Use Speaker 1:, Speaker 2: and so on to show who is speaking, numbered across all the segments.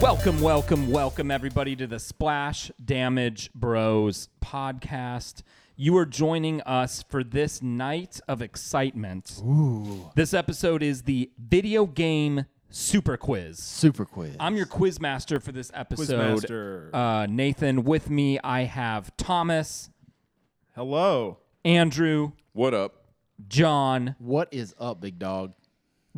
Speaker 1: Welcome, welcome, welcome, everybody, to the Splash Damage Bros podcast. You are joining us for this night of excitement. Ooh. This episode is the video game super quiz.
Speaker 2: Super quiz.
Speaker 1: I'm your quiz master for this episode.
Speaker 3: Quizmaster.
Speaker 1: Uh, Nathan, with me, I have Thomas,
Speaker 3: Hello.
Speaker 1: Andrew,
Speaker 4: What up?
Speaker 1: John.
Speaker 2: what is up, big dog?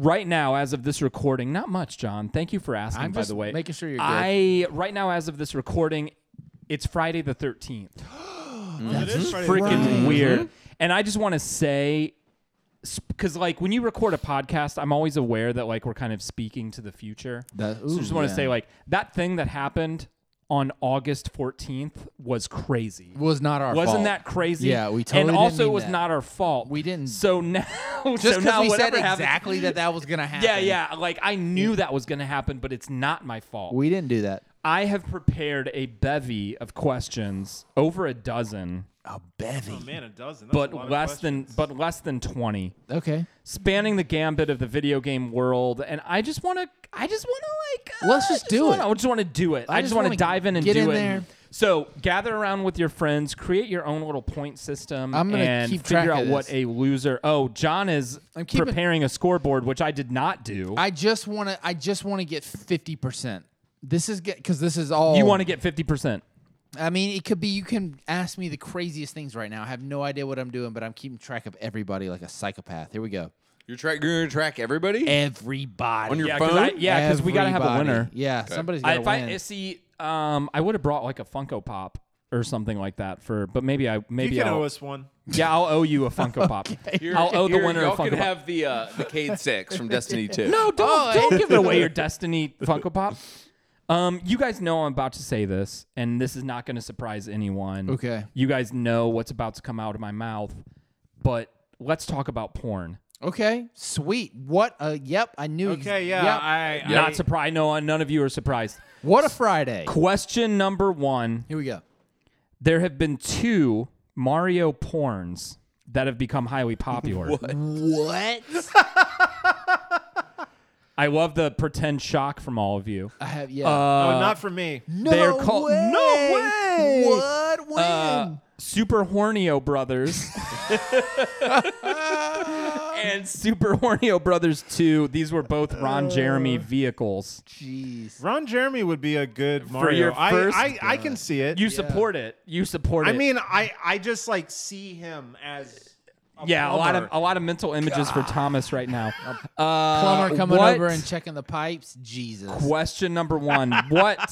Speaker 1: Right now, as of this recording, not much, John. Thank you for asking,
Speaker 2: I'm
Speaker 1: by
Speaker 2: just
Speaker 1: the way.
Speaker 2: making sure you're good.
Speaker 1: I, right now, as of this recording, it's Friday the 13th.
Speaker 3: It is Friday the
Speaker 1: freaking weird.
Speaker 2: Mm-hmm.
Speaker 1: And I just want to say, because like when you record a podcast, I'm always aware that like we're kind of speaking to the future.
Speaker 2: That-
Speaker 1: so I just want to
Speaker 2: ooh,
Speaker 1: say
Speaker 2: yeah.
Speaker 1: like that thing that happened on August 14th was crazy.
Speaker 2: was not our
Speaker 1: Wasn't
Speaker 2: fault.
Speaker 1: that crazy?
Speaker 2: Yeah, we totally
Speaker 1: And
Speaker 2: didn't
Speaker 1: also, it
Speaker 2: mean
Speaker 1: was
Speaker 2: that.
Speaker 1: not our fault.
Speaker 2: We didn't-
Speaker 1: So now,
Speaker 2: Just
Speaker 1: so
Speaker 2: because
Speaker 1: now
Speaker 2: we said
Speaker 1: whatever happens-
Speaker 2: exactly that that was gonna happen.
Speaker 1: Yeah, yeah. Like I knew that was going to happen, but it's not my fault.
Speaker 2: We didn't do that.
Speaker 1: I have prepared a bevy of questions, over a dozen,
Speaker 2: A bevy.
Speaker 3: Oh, man, a dozen. That's a lot
Speaker 1: but
Speaker 3: of
Speaker 1: less than
Speaker 3: questions.
Speaker 1: but less than 20.
Speaker 2: Okay.
Speaker 1: spanning the gambit of the video game world, and I just want to. I just want to like. uh,
Speaker 2: Let's
Speaker 1: I
Speaker 2: just do
Speaker 1: wanna-
Speaker 2: it.
Speaker 1: I just want to do it. I,
Speaker 2: I
Speaker 1: just
Speaker 2: just
Speaker 1: want to
Speaker 2: wanna
Speaker 1: dive in and
Speaker 2: get
Speaker 1: do
Speaker 2: in
Speaker 1: it.
Speaker 2: there.
Speaker 1: So gather around with your friends, create your own little point system,
Speaker 2: I'm gonna
Speaker 1: and
Speaker 2: keep
Speaker 1: figure
Speaker 2: track
Speaker 1: out
Speaker 2: of
Speaker 1: what
Speaker 2: this.
Speaker 1: a loser. Oh, John is
Speaker 2: I'm keeping-
Speaker 1: preparing a scoreboard, which I did not do.
Speaker 2: I just want to. I just want to get fifty percent. This is because this is all
Speaker 1: you want to get fifty percent.
Speaker 2: I mean, it could be. You can ask me the craziest things right now. I have no idea what I'm doing, but I'm keeping track of everybody like a psychopath. Here we go.
Speaker 4: You're track. You're gonna track everybody.
Speaker 2: Everybody.
Speaker 4: On your
Speaker 1: Yeah,
Speaker 4: phone?
Speaker 1: because yeah, because we gotta have a
Speaker 2: Everybody.
Speaker 1: winner.
Speaker 2: Yeah, somebody's
Speaker 1: I,
Speaker 2: got to
Speaker 1: if
Speaker 2: win.
Speaker 1: I see, um, I would have brought like a Funko Pop or something like that for, but maybe I
Speaker 3: You
Speaker 1: maybe
Speaker 3: can
Speaker 1: I'll,
Speaker 3: owe us one.
Speaker 1: Yeah, I'll owe you a Funko Pop.
Speaker 4: You're-
Speaker 1: I'll owe the
Speaker 4: you're-
Speaker 1: winner a
Speaker 4: Y'all
Speaker 1: Funko
Speaker 4: can
Speaker 1: Pop.
Speaker 4: have the uh, the Cade Six from Destiny Two.
Speaker 1: no, don't
Speaker 3: Oh,
Speaker 1: don't give away your Destiny Funko Pop. Um, you guys know I'm about to say this, and this is not going to surprise anyone.
Speaker 2: Okay.
Speaker 1: You guys know what's about to come out of my mouth, but let's talk about porn.
Speaker 2: okay, sweet. What a yep. I knew. ex-
Speaker 3: Okay, yeah.
Speaker 2: yep.
Speaker 3: I, I,
Speaker 1: Not surprised. No, none of you are surprised.
Speaker 2: what a Friday.
Speaker 1: Question number one:
Speaker 2: Here we go.
Speaker 1: There have been two Mario porns that have become highly popular.
Speaker 2: What?
Speaker 1: I love the pretend shock from all of you.
Speaker 2: I have yeah.
Speaker 1: uh,
Speaker 3: oh, not for me.
Speaker 2: Uh, no
Speaker 1: they're called-
Speaker 2: way.
Speaker 1: No way.
Speaker 2: What when?
Speaker 1: uh, Super Hornio Brothers. and Super Hornio Brothers 2. These were both
Speaker 3: Uh,
Speaker 1: Ron Jeremy vehicles.
Speaker 2: Jeez.
Speaker 3: Ron Jeremy would be a good Mario.
Speaker 1: your
Speaker 3: I,
Speaker 1: first- uh,
Speaker 3: I, I can see it.
Speaker 1: You support it. You support
Speaker 3: I
Speaker 1: it.
Speaker 3: mean, I, I just like see him as. A
Speaker 1: yeah, a lot of
Speaker 3: plumber.
Speaker 1: a lot of mental images for Thomas right now.
Speaker 2: Plumber coming
Speaker 1: Uh, what?
Speaker 2: over and checking the pipes. Jesus.
Speaker 1: Question number 1. What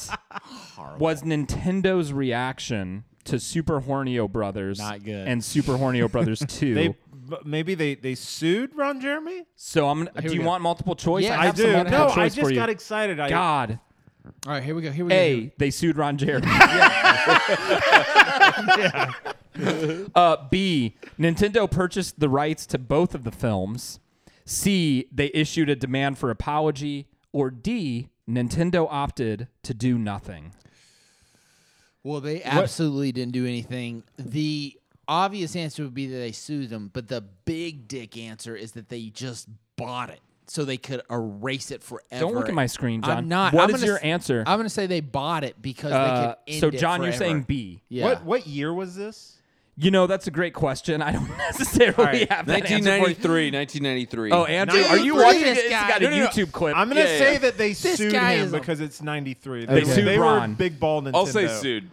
Speaker 1: was Nintendo's reaction to Super Hornio Brothers
Speaker 2: Not good.
Speaker 1: and Super Hornio Brothers 2?
Speaker 3: They but maybe they they sued Ron Jeremy.
Speaker 1: so I'm do
Speaker 2: we
Speaker 1: you
Speaker 2: go.
Speaker 1: want multiple choice?
Speaker 2: Yeah,
Speaker 1: I
Speaker 2: I
Speaker 1: have some
Speaker 3: do.
Speaker 1: multiple
Speaker 3: No,
Speaker 1: choice
Speaker 3: I
Speaker 1: for
Speaker 3: just
Speaker 1: you.
Speaker 3: got excited. I
Speaker 1: God.
Speaker 2: All right, here we go. Here we go.
Speaker 1: A, they sued Ron Jeremy. uh, B, Nintendo purchased the rights to both of the films. C, they issued a demand for apology. Or D, Nintendo opted to do nothing.
Speaker 2: Well, they absolutely didn't do anything. The obvious answer would be that they sued them, but the big dick answer is that they just bought it so they could erase it forever.
Speaker 1: Don't look at my screen, John.
Speaker 2: I'm not.
Speaker 1: What
Speaker 2: I'm
Speaker 1: is
Speaker 2: gonna
Speaker 1: your
Speaker 2: s-
Speaker 1: answer?
Speaker 2: I'm going to say they bought it because
Speaker 1: Uh,
Speaker 2: they could. End
Speaker 1: so,
Speaker 2: it
Speaker 1: John, you're
Speaker 2: forever.
Speaker 1: saying B.
Speaker 2: Yeah.
Speaker 3: What what year was this?
Speaker 1: You know, that's a great question. I don't necessarily
Speaker 3: right.
Speaker 1: have that answer for you.
Speaker 4: 1993. 1993.
Speaker 1: Oh, Andrew, are you
Speaker 2: Dude,
Speaker 1: watching
Speaker 2: this
Speaker 1: it? It's
Speaker 2: guy.
Speaker 1: got a
Speaker 2: No, no,
Speaker 4: no.
Speaker 1: YouTube clip.
Speaker 3: I'm gonna
Speaker 4: Yeah, yeah,
Speaker 3: say
Speaker 4: yeah.
Speaker 3: that they
Speaker 2: This
Speaker 3: sued
Speaker 2: guy
Speaker 3: him
Speaker 2: is a-
Speaker 3: because it's '93. They,
Speaker 1: sued
Speaker 3: they
Speaker 1: Ron.
Speaker 3: were big ball Nintendo.
Speaker 4: I'll say sued.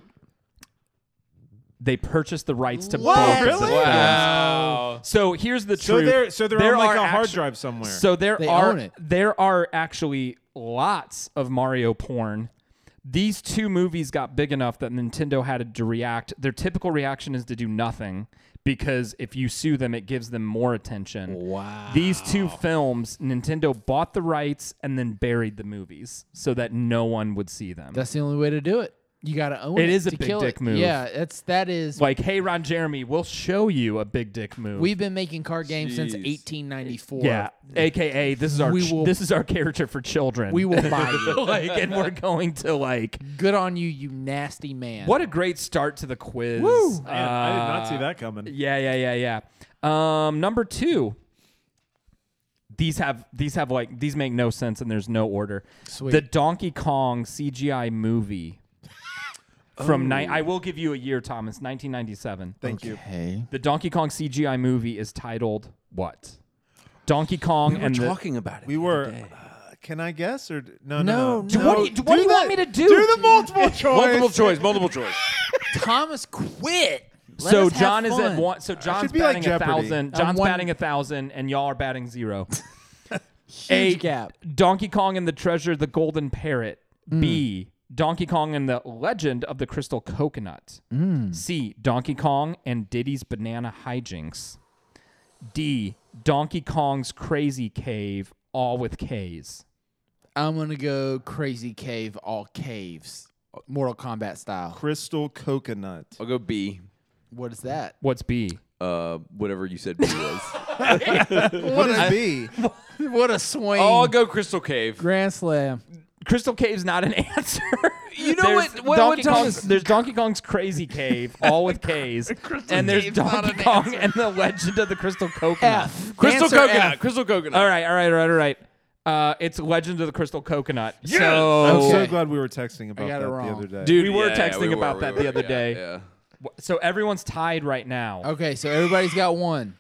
Speaker 1: they purchased the rights to
Speaker 2: What?
Speaker 1: both. of the
Speaker 3: Really?
Speaker 1: films.
Speaker 4: Wow.
Speaker 1: So here's the
Speaker 3: So
Speaker 1: truth.
Speaker 3: they're so they're
Speaker 1: There
Speaker 3: on like
Speaker 1: are
Speaker 3: a hard
Speaker 1: actu-
Speaker 3: drive somewhere.
Speaker 1: So there
Speaker 2: They
Speaker 1: are
Speaker 2: own it.
Speaker 1: there are actually lots of Mario porn. These two movies got big enough that Nintendo had to react. Their typical reaction is to do nothing because if you sue them, it gives them more attention.
Speaker 2: Wow.
Speaker 1: These two films, Nintendo bought the rights and then buried the movies so that no one would see them.
Speaker 2: That's the only way to do it. You got to own it.
Speaker 1: It is a
Speaker 2: to
Speaker 1: big
Speaker 2: kill
Speaker 1: dick
Speaker 2: it.
Speaker 1: move.
Speaker 2: Yeah, that's that is.
Speaker 1: like, hey, Ron Jeremy, we'll show you a big dick move.
Speaker 2: We've been making card games since
Speaker 4: Jeez.
Speaker 2: 1894.
Speaker 1: yeah, aka this is our
Speaker 2: We
Speaker 1: ch-
Speaker 2: will-
Speaker 1: this is our character for children.
Speaker 2: We will buy you.
Speaker 1: like, and we're going to like
Speaker 2: Good on you, you nasty man.
Speaker 1: What a great start to the quiz.
Speaker 2: Woo!
Speaker 1: Uh,
Speaker 3: Man, I did not see that coming.
Speaker 1: yeah, yeah, yeah, yeah. Um, number two. these have these have like these make no sense and there's no order.
Speaker 2: Sweet.
Speaker 1: The Donkey Kong CGI movie from ni- I will give you a year, Thomas, 1997.
Speaker 3: Thank you.
Speaker 2: Hey.
Speaker 1: The Donkey Kong CGI movie is titled what? Donkey Kong
Speaker 4: We're
Speaker 1: and the
Speaker 4: talking about it.
Speaker 3: We
Speaker 4: the
Speaker 3: were.
Speaker 4: other day.
Speaker 3: uh, can I guess or d- no?
Speaker 2: No, no.
Speaker 3: No.
Speaker 2: What do
Speaker 1: you- what do you want me to do?
Speaker 3: Do the multiple choice.
Speaker 4: Multiple choice, multiple choice.
Speaker 2: Thomas quit. Let
Speaker 1: so
Speaker 2: us have
Speaker 1: John is at
Speaker 2: fun.
Speaker 1: one. So John's
Speaker 3: be like
Speaker 1: batting a
Speaker 3: Jeopardy.
Speaker 1: thousand.
Speaker 2: I'm
Speaker 1: John's
Speaker 2: one-
Speaker 1: batting a thousand, and y'all are batting zero.
Speaker 2: Huge gap.
Speaker 1: Donkey Kong and the Treasure, of the Golden Parrot. B.
Speaker 4: Mm.
Speaker 1: Donkey Kong and the Legend of the Crystal Coconut.
Speaker 4: Mm.
Speaker 1: C. Donkey Kong and Diddy's Banana Hijinks. D. Donkey Kong's Crazy Cave, all with K's.
Speaker 2: I'm gonna go crazy cave all caves, Mortal Kombat style.
Speaker 3: Crystal coconut.
Speaker 4: I'll go B.
Speaker 2: What is that?
Speaker 1: What's B?
Speaker 4: Uh, whatever you said B was.
Speaker 3: What would it be?
Speaker 2: what a swing!
Speaker 4: oh, I'll go Crystal Cave.
Speaker 2: Grand slam.
Speaker 1: Crystal Cave's not an answer.
Speaker 4: You know
Speaker 1: There's
Speaker 4: what- what-
Speaker 1: Donkey Kong's,
Speaker 4: what Thomas-
Speaker 1: there's Donkey Kong's Crazy Cave, all with K's, and there's
Speaker 2: Cave's not
Speaker 1: Donkey
Speaker 2: an
Speaker 1: Kong and the Legend of the Crystal Coconut.
Speaker 2: F.
Speaker 4: Crystal
Speaker 2: Answer
Speaker 4: Coconut.
Speaker 2: F.
Speaker 4: Crystal Coconut.
Speaker 1: All right, all right, all right, all right. Uh, it's Legend of the Crystal Coconut.
Speaker 4: Yes!
Speaker 1: So
Speaker 3: I'm so
Speaker 2: Okay.
Speaker 3: glad we were texting about
Speaker 2: got
Speaker 3: that
Speaker 2: it
Speaker 3: the
Speaker 2: wrong.
Speaker 3: other day.
Speaker 4: Dude,
Speaker 1: We were
Speaker 4: yeah,
Speaker 1: texting
Speaker 4: we
Speaker 1: about
Speaker 4: were,
Speaker 1: that
Speaker 4: we
Speaker 1: the
Speaker 4: were,
Speaker 1: other
Speaker 4: yeah,
Speaker 1: day.
Speaker 4: yeah.
Speaker 1: so everyone's tied right now.
Speaker 2: Okay, so everybody's got one.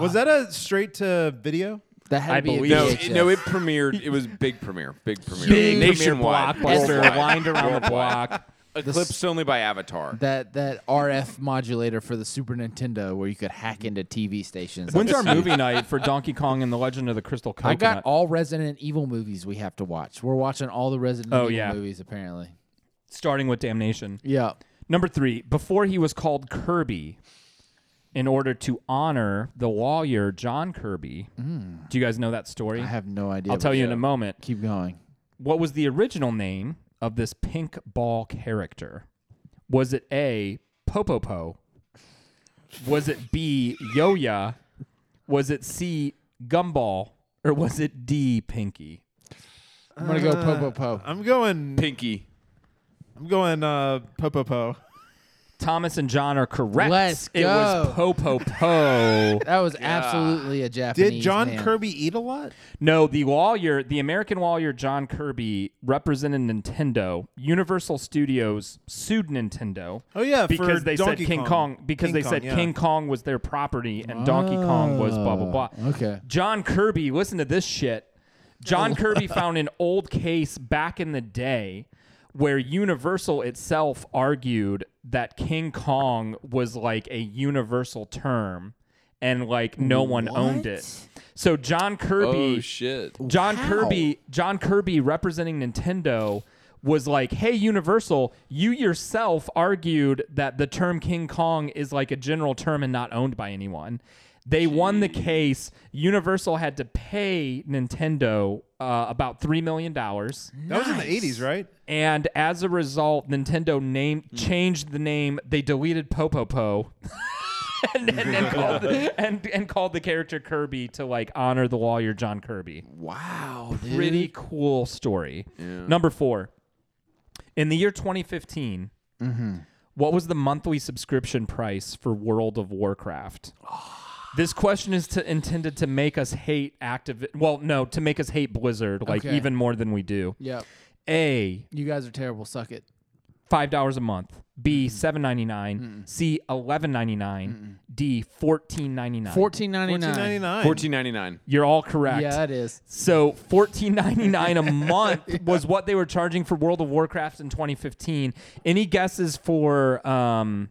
Speaker 3: was that a straight to video?
Speaker 2: That had
Speaker 1: I
Speaker 2: to be
Speaker 1: believe-
Speaker 2: a
Speaker 4: No,
Speaker 2: VHS.
Speaker 4: it, no, it premiered. It was big premiere. Big premiere.
Speaker 1: Big
Speaker 4: nationwide.
Speaker 1: premiere blockbuster,
Speaker 4: worldwide,
Speaker 1: lined around the
Speaker 4: worldwide.
Speaker 1: block.
Speaker 4: Eclipsed only by Avatar.
Speaker 2: that that RF modulator for the Super Nintendo where you could hack into TV stations.
Speaker 1: When's our movie night for Donkey Kong and the Legend of the Crystal Coconut?
Speaker 2: I got all Resident Evil movies we have to watch. We're watching all the Resident
Speaker 1: Oh,
Speaker 2: Evil
Speaker 1: yeah.
Speaker 2: movies apparently.
Speaker 1: starting with Damnation.
Speaker 2: Yeah.
Speaker 1: Number three, before he was called Kirby, in order to honor the lawyer John Kirby. Do you guys know that story?
Speaker 2: Mm. I have no idea.
Speaker 1: I'll tell you in a moment.
Speaker 2: Keep going.
Speaker 1: What was the original name of this pink ball character? Was it A, Popopo? Was it B, Yo-Ya? Was it C, Gumball? Or was it D, Pinky?
Speaker 2: I'm gonna go po po po.
Speaker 3: I'm going.
Speaker 4: Pinky.
Speaker 3: I'm going. Uh, po po po.
Speaker 1: Thomas and John are correct.
Speaker 2: Let's
Speaker 1: It was
Speaker 2: go.
Speaker 1: Popopo.
Speaker 2: That was absolutely a Japanese.
Speaker 3: Did John
Speaker 2: man.
Speaker 3: Kirby eat a lot?
Speaker 1: No, the lawyer, the American lawyer John Kirby represented Nintendo. Universal Studios sued Nintendo
Speaker 3: Oh yeah,
Speaker 1: because
Speaker 3: for
Speaker 1: they
Speaker 3: Donkey
Speaker 1: said King Kong, because
Speaker 3: King
Speaker 1: they said
Speaker 3: Kong, yeah.
Speaker 1: King Kong was their property and Donkey Kong was blah blah blah.
Speaker 3: Oh,
Speaker 2: Okay.
Speaker 1: John Kirby, listen to this shit. John
Speaker 3: Oh.
Speaker 1: Kirby found an old case back in the day where Universal itself argued that King Kong was like a universal term and like no one owned it. So John Kirby
Speaker 4: Oh shit.
Speaker 1: John
Speaker 2: How?
Speaker 1: Kirby, John Kirby representing Nintendo was like, "Hey Universal, you yourself argued that the term King Kong is like a general term and not owned by anyone." They won the case. Universal had to pay Nintendo uh, about $3 million.
Speaker 3: That was in the '80s, right?
Speaker 1: And as a result, Nintendo name changed the name. They deleted Popopo, and, and, and, called, and, and called the character Kirby to like honor the lawyer John Kirby.
Speaker 4: Wow.
Speaker 1: Pretty cool story. Number four. In the year 2015, what was the monthly subscription price for World of Warcraft? This question is to, intended to make us hate Activ. Well, no, to make us hate Blizzard like
Speaker 2: Okay.
Speaker 1: even more than we do.
Speaker 2: Yep.
Speaker 1: A
Speaker 2: You guys are terrible. Suck it.
Speaker 1: five dollars a month. B seven ninety nine. C eleven ninety nine. D fourteen ninety nine.
Speaker 2: Fourteen ninety nine.
Speaker 3: 1999.
Speaker 4: Fourteen ninety nine.
Speaker 1: You're all correct.
Speaker 2: Yeah, it is.
Speaker 1: So fourteen ninety nine a month was what they were charging for World of Warcraft in 2015. Any guesses for um,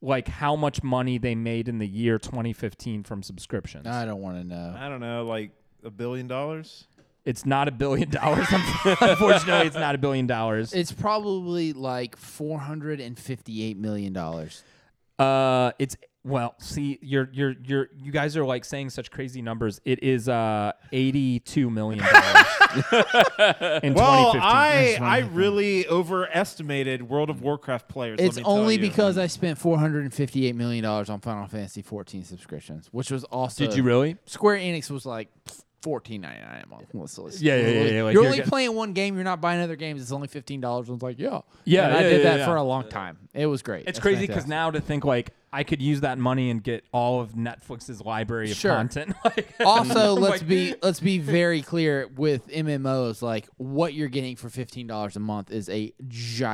Speaker 1: like how much money they made in the year 2015 from subscriptions?
Speaker 2: I don't want to know.
Speaker 3: I don't know, like a billion dollars.
Speaker 1: it's not a billion dollars. Unfortunately, it's not a billion dollars.
Speaker 2: It's probably like four hundred and fifty-eight million dollars.
Speaker 1: Uh, it's well, see, you're you're you're you guys are like saying such crazy numbers. It is uh eighty-two million dollars in
Speaker 3: Well,
Speaker 1: 2015.
Speaker 3: I I really overestimated World of Warcraft players. let
Speaker 2: It's
Speaker 3: me tell
Speaker 2: only
Speaker 3: you.
Speaker 2: because I spent four hundred and fifty-eight million dollars on Final Fantasy fourteen subscriptions, which was also
Speaker 1: Did you really?
Speaker 2: Square Enix was like fourteen ninety-nine a month. Let's- let's-
Speaker 1: Yeah, yeah, yeah, yeah, like
Speaker 2: you're
Speaker 1: you're
Speaker 2: only
Speaker 1: getting-
Speaker 2: playing one game. You're not buying other games. It's only fifteen dollars. I was like, yeah,
Speaker 1: Yeah,
Speaker 2: And I
Speaker 1: yeah,
Speaker 2: did
Speaker 1: yeah,
Speaker 2: that
Speaker 1: yeah.
Speaker 2: for a long time. It was great.
Speaker 1: It's
Speaker 2: That's
Speaker 1: crazy because
Speaker 2: fantastic.
Speaker 1: now to think like I could use that money and get all of Netflix's library of
Speaker 2: Sure.
Speaker 1: content. Like,
Speaker 2: Also,
Speaker 1: I'm
Speaker 2: let's
Speaker 1: like,
Speaker 2: be let's be very clear with MMOs. Like what you're getting for fifteen dollars a month is a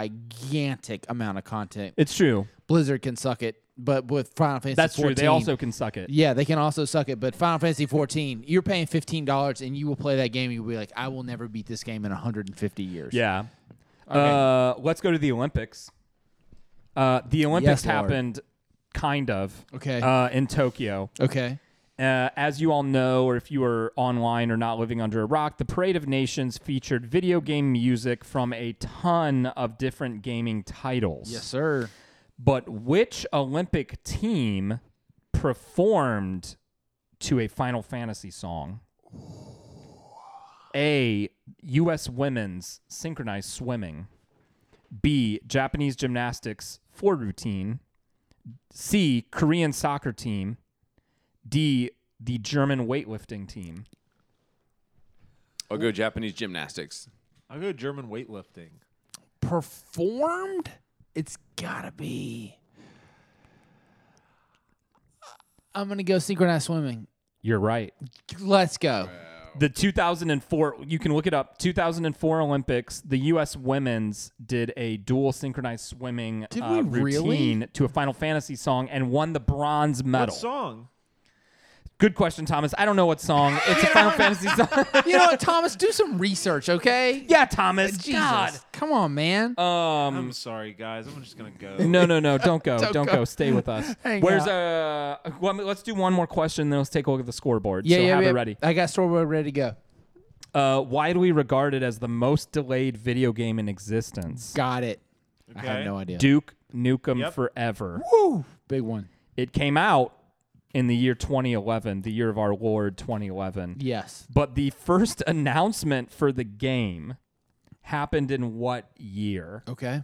Speaker 2: gigantic amount of content.
Speaker 1: It's true.
Speaker 2: Blizzard can suck it, but with Final Fantasy,
Speaker 1: That's
Speaker 2: 14,
Speaker 1: true. They also can suck it.
Speaker 2: yeah, they can also suck it. But Final Fantasy 14, you're paying fifteen dollars, and you will play that game. You'll be like, I will never beat this game in 150 years.
Speaker 1: Yeah. Uh, let's go to the Olympics. Uh, the Olympics
Speaker 2: Yes, Lord.
Speaker 1: happened, kind of.
Speaker 2: Okay.
Speaker 1: Uh, in Tokyo.
Speaker 2: Okay.
Speaker 1: Uh, as you all know, or if you were online or not living under a rock, the Parade of Nations featured video game music from a ton of different gaming titles.
Speaker 2: Yes, sir.
Speaker 1: But which Olympic team performed to a Final Fantasy song? A. U.S. women's synchronized swimming. B. Japanese gymnastics four routine. C. Korean soccer team. D. The German weightlifting team.
Speaker 4: I'll go Japanese gymnastics.
Speaker 3: I'll go German weightlifting.
Speaker 2: Performed? It's gotta be. I'm gonna go synchronized swimming.
Speaker 1: You're right.
Speaker 2: Let's go.
Speaker 1: The 2004, you can look it up. 2004 Olympics, the U.S. women's did a dual synchronized swimming
Speaker 2: Did
Speaker 1: uh,
Speaker 2: we really?
Speaker 1: routine to a Final Fantasy song and won the bronze
Speaker 3: What
Speaker 1: medal.
Speaker 3: song?
Speaker 1: Good question, Thomas. I don't know what song. It's a Final Fantasy song.
Speaker 2: You know what, Thomas? Do some research, okay?
Speaker 1: yeah, Thomas.
Speaker 2: Jesus.
Speaker 1: God.
Speaker 2: Come on, man.
Speaker 1: Um,
Speaker 2: Mm.
Speaker 3: I'm sorry, guys. I'm just gonna go.
Speaker 1: no, no, no. Don't go. don't,
Speaker 2: Don't
Speaker 1: go.
Speaker 2: go.
Speaker 1: Stay with us.
Speaker 2: Hang
Speaker 1: Where's uh? Well, let's do one more question. Then let's take a look at the scoreboard. so have it ready.
Speaker 2: I got storyboard ready to go.
Speaker 1: Uh, widely regarded as the most delayed video game in existence.
Speaker 2: Got it. I
Speaker 3: Okay.
Speaker 2: have no idea.
Speaker 1: Duke Nukem
Speaker 3: Yep.
Speaker 1: Forever.
Speaker 2: Woo! Big one.
Speaker 1: It came out in the year 2011, the year of our Lord 2011.
Speaker 2: Yes.
Speaker 1: But the first announcement for the game happened in what year?
Speaker 2: Okay.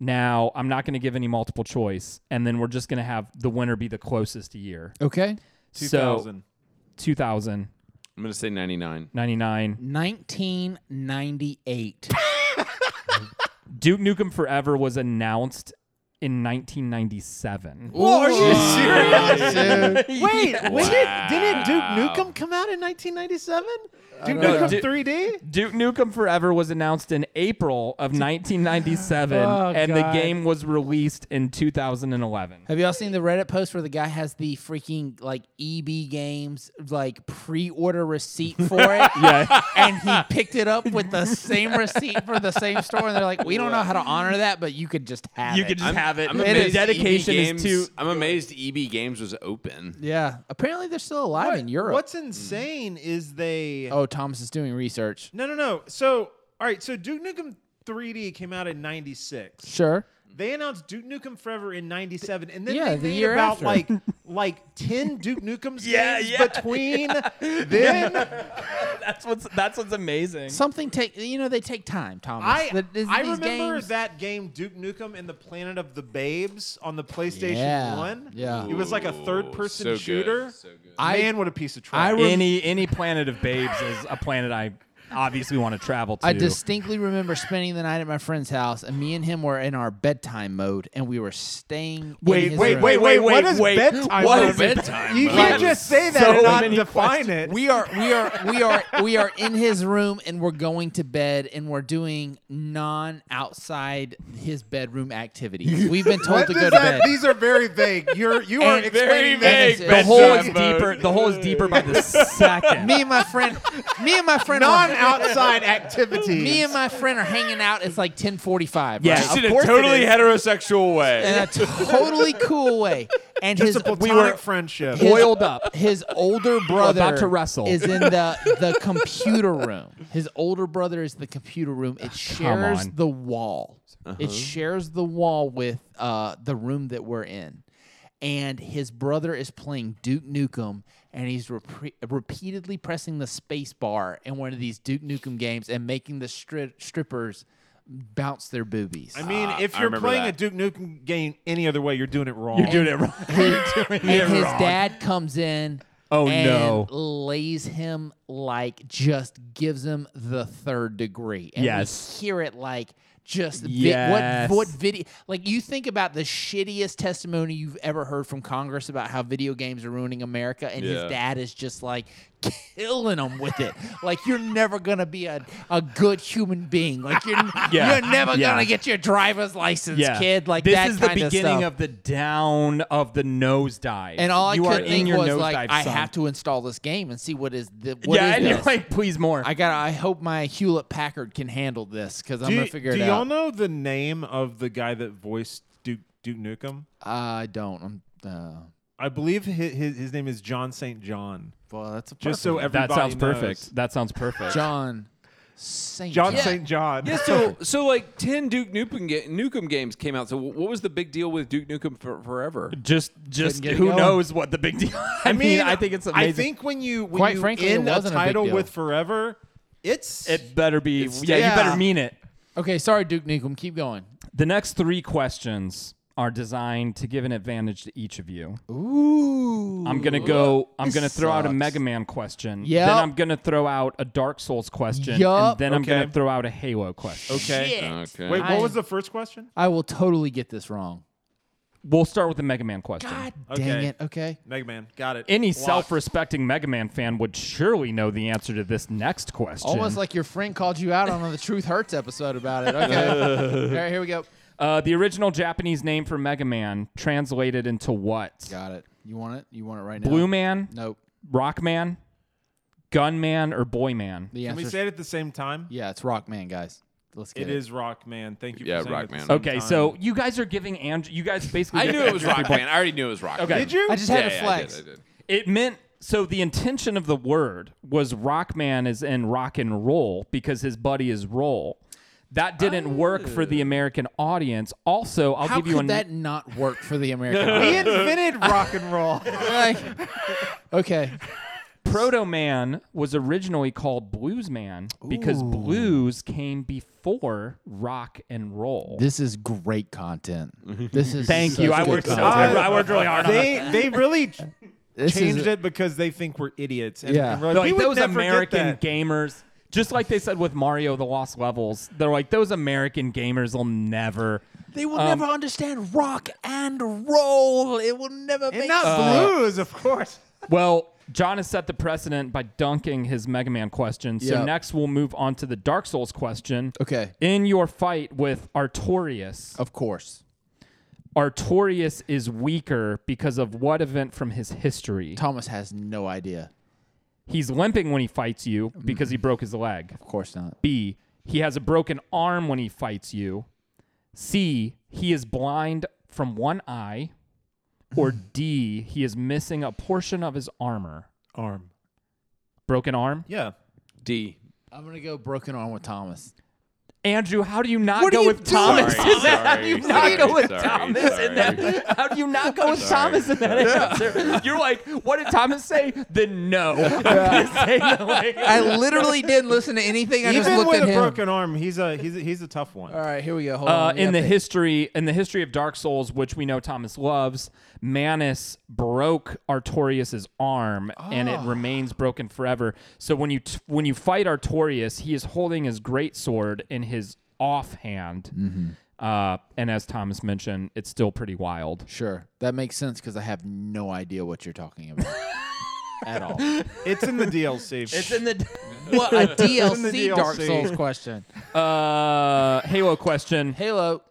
Speaker 1: Now, I'm not going to give any multiple choice, and then we're just going to have the winner be the closest year.
Speaker 2: Okay.
Speaker 1: So,
Speaker 3: 2000.
Speaker 1: 2000,
Speaker 4: I'm gonna say 99.
Speaker 1: 99.
Speaker 2: 1998.
Speaker 1: Duke Nukem Forever was announced in 1997.
Speaker 2: Whoa, are you
Speaker 4: serious?
Speaker 3: Wait, when did,
Speaker 4: Wow.
Speaker 3: didn't Duke Nukem come out in 1997? Duke
Speaker 1: know.
Speaker 3: Nukem
Speaker 1: Dude-
Speaker 3: 3D?
Speaker 1: Duke Nukem Forever was announced in April of 1997,
Speaker 2: Oh,
Speaker 1: and the
Speaker 2: God.
Speaker 1: game was released in 2011.
Speaker 2: Have y'all seen the Reddit post where the guy has the freaking like EB Games like pre-order receipt for it?
Speaker 1: Yeah.
Speaker 2: And he picked it up with the same receipt for the same store, and they're like, "We don't know how to honor that, but you could just have
Speaker 1: You
Speaker 2: it."
Speaker 1: could just
Speaker 4: I'm-
Speaker 1: have it.
Speaker 4: I'm
Speaker 1: The
Speaker 4: amazed
Speaker 1: dedication
Speaker 4: EB
Speaker 1: is
Speaker 4: E Games,
Speaker 1: too.
Speaker 4: I'm amazed EB Games was open.
Speaker 2: yeah. Apparently, they're still alive in Europe. Mm.
Speaker 3: What's insane is they.
Speaker 2: oh, Thomas is doing research.
Speaker 3: No, no, no. So, all right. So, Duke Nukem 3D came out in 96.
Speaker 2: Sure.
Speaker 3: They announced Duke Nukem Forever in 97, and then
Speaker 2: Yeah,
Speaker 3: they
Speaker 2: the
Speaker 3: made
Speaker 2: year
Speaker 3: about
Speaker 2: after.
Speaker 3: like like 10 Duke Nukems
Speaker 1: Yeah,
Speaker 3: games
Speaker 1: yeah,
Speaker 3: between then.
Speaker 1: That's what's that's what's amazing.
Speaker 2: Something take you know they take time, Thomas.
Speaker 3: I,
Speaker 2: The- these-
Speaker 3: I
Speaker 2: these
Speaker 3: remember
Speaker 2: games-
Speaker 3: that game Duke Nukem and the Planet of the Babes on the PlayStation
Speaker 2: Yeah,
Speaker 3: 1.
Speaker 2: yeah.
Speaker 3: It was like a third person shooter.
Speaker 2: I-
Speaker 3: Man, what a piece of trash.
Speaker 2: I re-
Speaker 1: any any planet of babes is a planet I obviously want to travel to.
Speaker 2: I distinctly remember spending the night at my friend's house, and me and him were in our bedtime mode, and we were staying. in
Speaker 3: Wait,
Speaker 2: his
Speaker 3: wait,
Speaker 2: room.
Speaker 3: wait, wait,
Speaker 1: wait,
Speaker 3: What is
Speaker 1: wait.
Speaker 3: bedtime?
Speaker 1: What
Speaker 3: mode?
Speaker 1: is
Speaker 4: bedtime
Speaker 3: You
Speaker 4: mode?
Speaker 3: can't just say that
Speaker 1: So
Speaker 3: and not
Speaker 1: many
Speaker 3: define it.
Speaker 2: We are, we are, we are, we are in his room, and we're going to bed, and we're doing non-outside his bedroom activities. We've been told
Speaker 3: What
Speaker 2: to
Speaker 3: does
Speaker 2: go to bed.
Speaker 3: that- These are very vague. You're you are
Speaker 2: And
Speaker 3: explaining
Speaker 4: very
Speaker 3: that-
Speaker 4: vague.
Speaker 1: the hole is
Speaker 4: Bedtime mode.
Speaker 1: deeper. The hole is deeper by the second.
Speaker 2: me and my friend, me and my friend, are-
Speaker 3: non-outside activities.
Speaker 2: me and my friend are hanging out. It's like ten forty-five.
Speaker 1: Yeah,
Speaker 2: right?
Speaker 1: Just
Speaker 4: Just
Speaker 1: Of
Speaker 4: in a totally heterosexual way.
Speaker 2: in a totally cool way. And
Speaker 3: Just
Speaker 2: his
Speaker 3: a platonic
Speaker 2: we were
Speaker 3: friendship.
Speaker 2: his-
Speaker 1: Oiled up.
Speaker 2: His older brother
Speaker 1: about to wrestle.
Speaker 2: is in the the computer room. His older brother is the computer room. It
Speaker 1: Ah,
Speaker 2: shares
Speaker 1: on.
Speaker 2: the wall.
Speaker 3: Uh-huh.
Speaker 2: It shares the wall with uh, the room that we're in. And his brother is playing Duke Nukem, and he's repre- repeatedly pressing the space bar in one of these Duke Nukem games and making the stri- strippers bounce their boobies.
Speaker 3: I mean,
Speaker 4: Ah,
Speaker 3: if
Speaker 4: I
Speaker 3: you're
Speaker 4: remember
Speaker 3: playing
Speaker 4: that.
Speaker 3: a Duke Nukem game any other way, you're doing it wrong.
Speaker 1: You're doing it wrong. You're doing it
Speaker 2: and his
Speaker 1: wrong.
Speaker 2: dad comes in.
Speaker 1: Oh,
Speaker 2: and
Speaker 1: no.
Speaker 2: Lays him like just gives him the third degree. And
Speaker 1: Yes.
Speaker 2: we hear it like just vi-
Speaker 1: Yes.
Speaker 2: what what video like you think about the shittiest testimony you've ever heard from Congress about how video games are ruining America, and
Speaker 4: Yeah.
Speaker 2: his dad is just like killing them with it. like you're never gonna be a, a good human being. Like you're n-
Speaker 1: Yeah.
Speaker 2: you're never
Speaker 1: Yeah.
Speaker 2: gonna get your driver's license,
Speaker 1: yeah.
Speaker 2: kid. Like
Speaker 1: this
Speaker 2: that
Speaker 1: is the
Speaker 2: kind
Speaker 1: beginning
Speaker 2: stuff.
Speaker 1: of the down of the nosedive.
Speaker 2: And all I
Speaker 1: you are
Speaker 2: could
Speaker 1: in
Speaker 2: think
Speaker 1: your
Speaker 2: was
Speaker 1: nosedive,
Speaker 2: like, I
Speaker 1: son.
Speaker 2: have to install this game and see what is the what
Speaker 1: Yeah,
Speaker 2: is
Speaker 1: and you're
Speaker 2: this.
Speaker 1: like, please more.
Speaker 2: I got. I hope my Hewlett Packard can handle this because I'm
Speaker 3: do
Speaker 2: gonna
Speaker 3: you,
Speaker 2: figure
Speaker 3: do
Speaker 2: it
Speaker 3: y'all
Speaker 2: out.
Speaker 3: know the name of the guy that voiced Duke Duke Nukem?
Speaker 2: I don't. I'm. Uh,
Speaker 3: I believe his his, his name is John St. John.
Speaker 2: well, that's a
Speaker 3: Just so
Speaker 2: perfect-
Speaker 3: everybody
Speaker 1: that sounds
Speaker 3: knows.
Speaker 1: perfect. That sounds perfect.
Speaker 2: John Saint
Speaker 3: John St. John.
Speaker 4: Yeah, so so like ten Duke Nukem, ga- Nukem games came out. So wh- what was the big deal with Duke Nukem for, forever?
Speaker 1: Just, just
Speaker 2: get it
Speaker 1: who
Speaker 2: going.
Speaker 1: knows what the big deal? I, mean, I think it's amazing.
Speaker 3: I think when you when
Speaker 2: Quite
Speaker 3: you
Speaker 2: frankly, it
Speaker 3: end a
Speaker 2: wasn't a big
Speaker 3: title
Speaker 2: deal.
Speaker 3: with forever, it's
Speaker 1: it better be.
Speaker 4: It's-
Speaker 1: Yeah, you better
Speaker 4: yeah.
Speaker 1: mean it.
Speaker 2: Okay, sorry, Duke Nukem. Keep going.
Speaker 1: The next three questions are designed to give an advantage to each of you.
Speaker 2: Ooh.
Speaker 1: I'm gonna go. I'm
Speaker 2: This
Speaker 1: gonna throw out a
Speaker 2: sucks.
Speaker 1: Mega Man question.
Speaker 2: Yep.
Speaker 1: Then I'm gonna throw out a Dark Souls question.
Speaker 2: Yup.
Speaker 1: And then I'm
Speaker 3: Okay.
Speaker 1: gonna throw out a Halo question.
Speaker 3: okay.
Speaker 4: Okay.
Speaker 3: Wait,
Speaker 2: I-
Speaker 3: what was the first question?
Speaker 2: I will totally get this wrong.
Speaker 1: We'll start with the Mega Man question.
Speaker 2: God
Speaker 3: Okay.
Speaker 2: dang it. Okay.
Speaker 3: Mega Man, got it.
Speaker 1: Any
Speaker 3: Blocked.
Speaker 1: self-respecting Mega Man fan would surely know the answer to this next question.
Speaker 2: Almost like your friend called you out on the Truth Hurts episode about it. Okay. All right, here we go.
Speaker 1: uh, the original Japanese name for Mega Man translated into what?
Speaker 2: Got it. You want it? You want it right now?
Speaker 1: Blue Man,
Speaker 2: Nope.
Speaker 1: Rock Man, Gun Man, or Boy Man?
Speaker 2: The
Speaker 3: Can we
Speaker 2: answer.
Speaker 3: say it at the same time?
Speaker 2: yeah, it's Rockman, guys. Let's get
Speaker 3: It
Speaker 2: it.
Speaker 3: is Rockman. Thank you.
Speaker 4: Yeah,
Speaker 3: for saying it at the
Speaker 4: Rockman.
Speaker 3: same
Speaker 1: Okay,
Speaker 3: time.
Speaker 1: so you guys are giving Andrew. You guys basically.
Speaker 4: I
Speaker 1: just
Speaker 4: knew
Speaker 1: gave
Speaker 4: it was
Speaker 1: Andrew
Speaker 4: Rock
Speaker 1: points.
Speaker 4: Band. I already knew it was Rock.
Speaker 1: Okay.
Speaker 4: Band.
Speaker 3: Did you?
Speaker 2: I just
Speaker 4: Yeah,
Speaker 2: had a
Speaker 4: yeah, I did,
Speaker 2: flex.
Speaker 4: I did.
Speaker 1: It meant so the intention of the word was Rockman is in rock and roll because his buddy is roll. That didn't work for the American audience. Also, I'll
Speaker 2: Oh. How
Speaker 1: give
Speaker 2: could
Speaker 1: you an
Speaker 2: that not work for the American
Speaker 3: he
Speaker 2: audience?
Speaker 3: invented rock and roll.
Speaker 2: Like, okay.
Speaker 1: Proto Man was originally called Blues Man because blues came before rock and roll.
Speaker 2: This is great content. This is
Speaker 1: Thank you.
Speaker 2: such
Speaker 1: I
Speaker 2: good
Speaker 1: worked so
Speaker 2: content.
Speaker 1: hard. I worked really hard on that.
Speaker 3: They they really ch-
Speaker 2: This is-
Speaker 3: changed it because they think we're idiots. And,
Speaker 2: Yeah.
Speaker 3: and we're like,
Speaker 1: Like
Speaker 3: we would
Speaker 1: those
Speaker 3: never get
Speaker 1: American
Speaker 3: that.
Speaker 1: gamers, just like they said with Mario the Lost Levels, they're like those American gamers will never
Speaker 2: They will never understand rock and roll. It will never
Speaker 3: and
Speaker 2: make
Speaker 3: not
Speaker 2: sense.
Speaker 1: uh,
Speaker 3: blues, of course.
Speaker 1: Well, John has set the precedent by dunking his Mega Man question. So
Speaker 2: Yep.
Speaker 1: next we'll move on to the Dark Souls question.
Speaker 2: Uh, Okay.
Speaker 1: In your fight with Artorias,
Speaker 2: Of course.
Speaker 1: Artorias is weaker because of what event from his history?
Speaker 2: Thomas has no idea.
Speaker 1: He's limping when he fights you because he broke his leg.
Speaker 2: Of course not.
Speaker 1: B, he has a broken arm when he fights you. C, he is blind from one eye. Or D, he is missing a portion of his armor.
Speaker 3: Arm.
Speaker 1: Broken arm?
Speaker 3: Yeah.
Speaker 4: D.
Speaker 2: I'm gonna go broken arm with Thomas.
Speaker 1: Andrew, how do you not
Speaker 2: What
Speaker 1: go
Speaker 2: are you
Speaker 1: with
Speaker 2: doing?
Speaker 1: Thomas?
Speaker 4: Sorry,
Speaker 1: in that? How do you
Speaker 4: sorry,
Speaker 1: not go
Speaker 4: sorry,
Speaker 1: with
Speaker 4: sorry,
Speaker 1: Thomas in
Speaker 4: sorry.
Speaker 1: that? How do you not go with
Speaker 4: Sorry.
Speaker 1: Thomas in that answer? You're like, what did Thomas say? Then no. I'm gonna say no. Like,
Speaker 2: I literally didn't listen to anything. I just
Speaker 3: Even
Speaker 2: looked
Speaker 3: with
Speaker 2: at
Speaker 3: a
Speaker 2: him.
Speaker 3: broken arm, he's a he's a, he's a tough one.
Speaker 2: All right, here we go. Hold
Speaker 1: uh,
Speaker 2: on.
Speaker 1: in the history, in the history of Dark Souls, which we know Thomas loves, Manus broke Artorias's arm, and
Speaker 2: Ah.
Speaker 1: it remains broken forever. So when you t- when you fight Artorias, he is holding his great sword in his offhand.
Speaker 2: Mm-hmm.
Speaker 1: Uh, and as Thomas mentioned, it's still pretty wild.
Speaker 2: Sure, that makes sense because I have no idea what you're talking about at all.
Speaker 3: It's in the DLC.
Speaker 1: It's in the
Speaker 2: What a
Speaker 3: in the
Speaker 2: DLC Dark
Speaker 3: DLC.
Speaker 2: Souls question.
Speaker 1: uh, Halo question.
Speaker 2: Halo,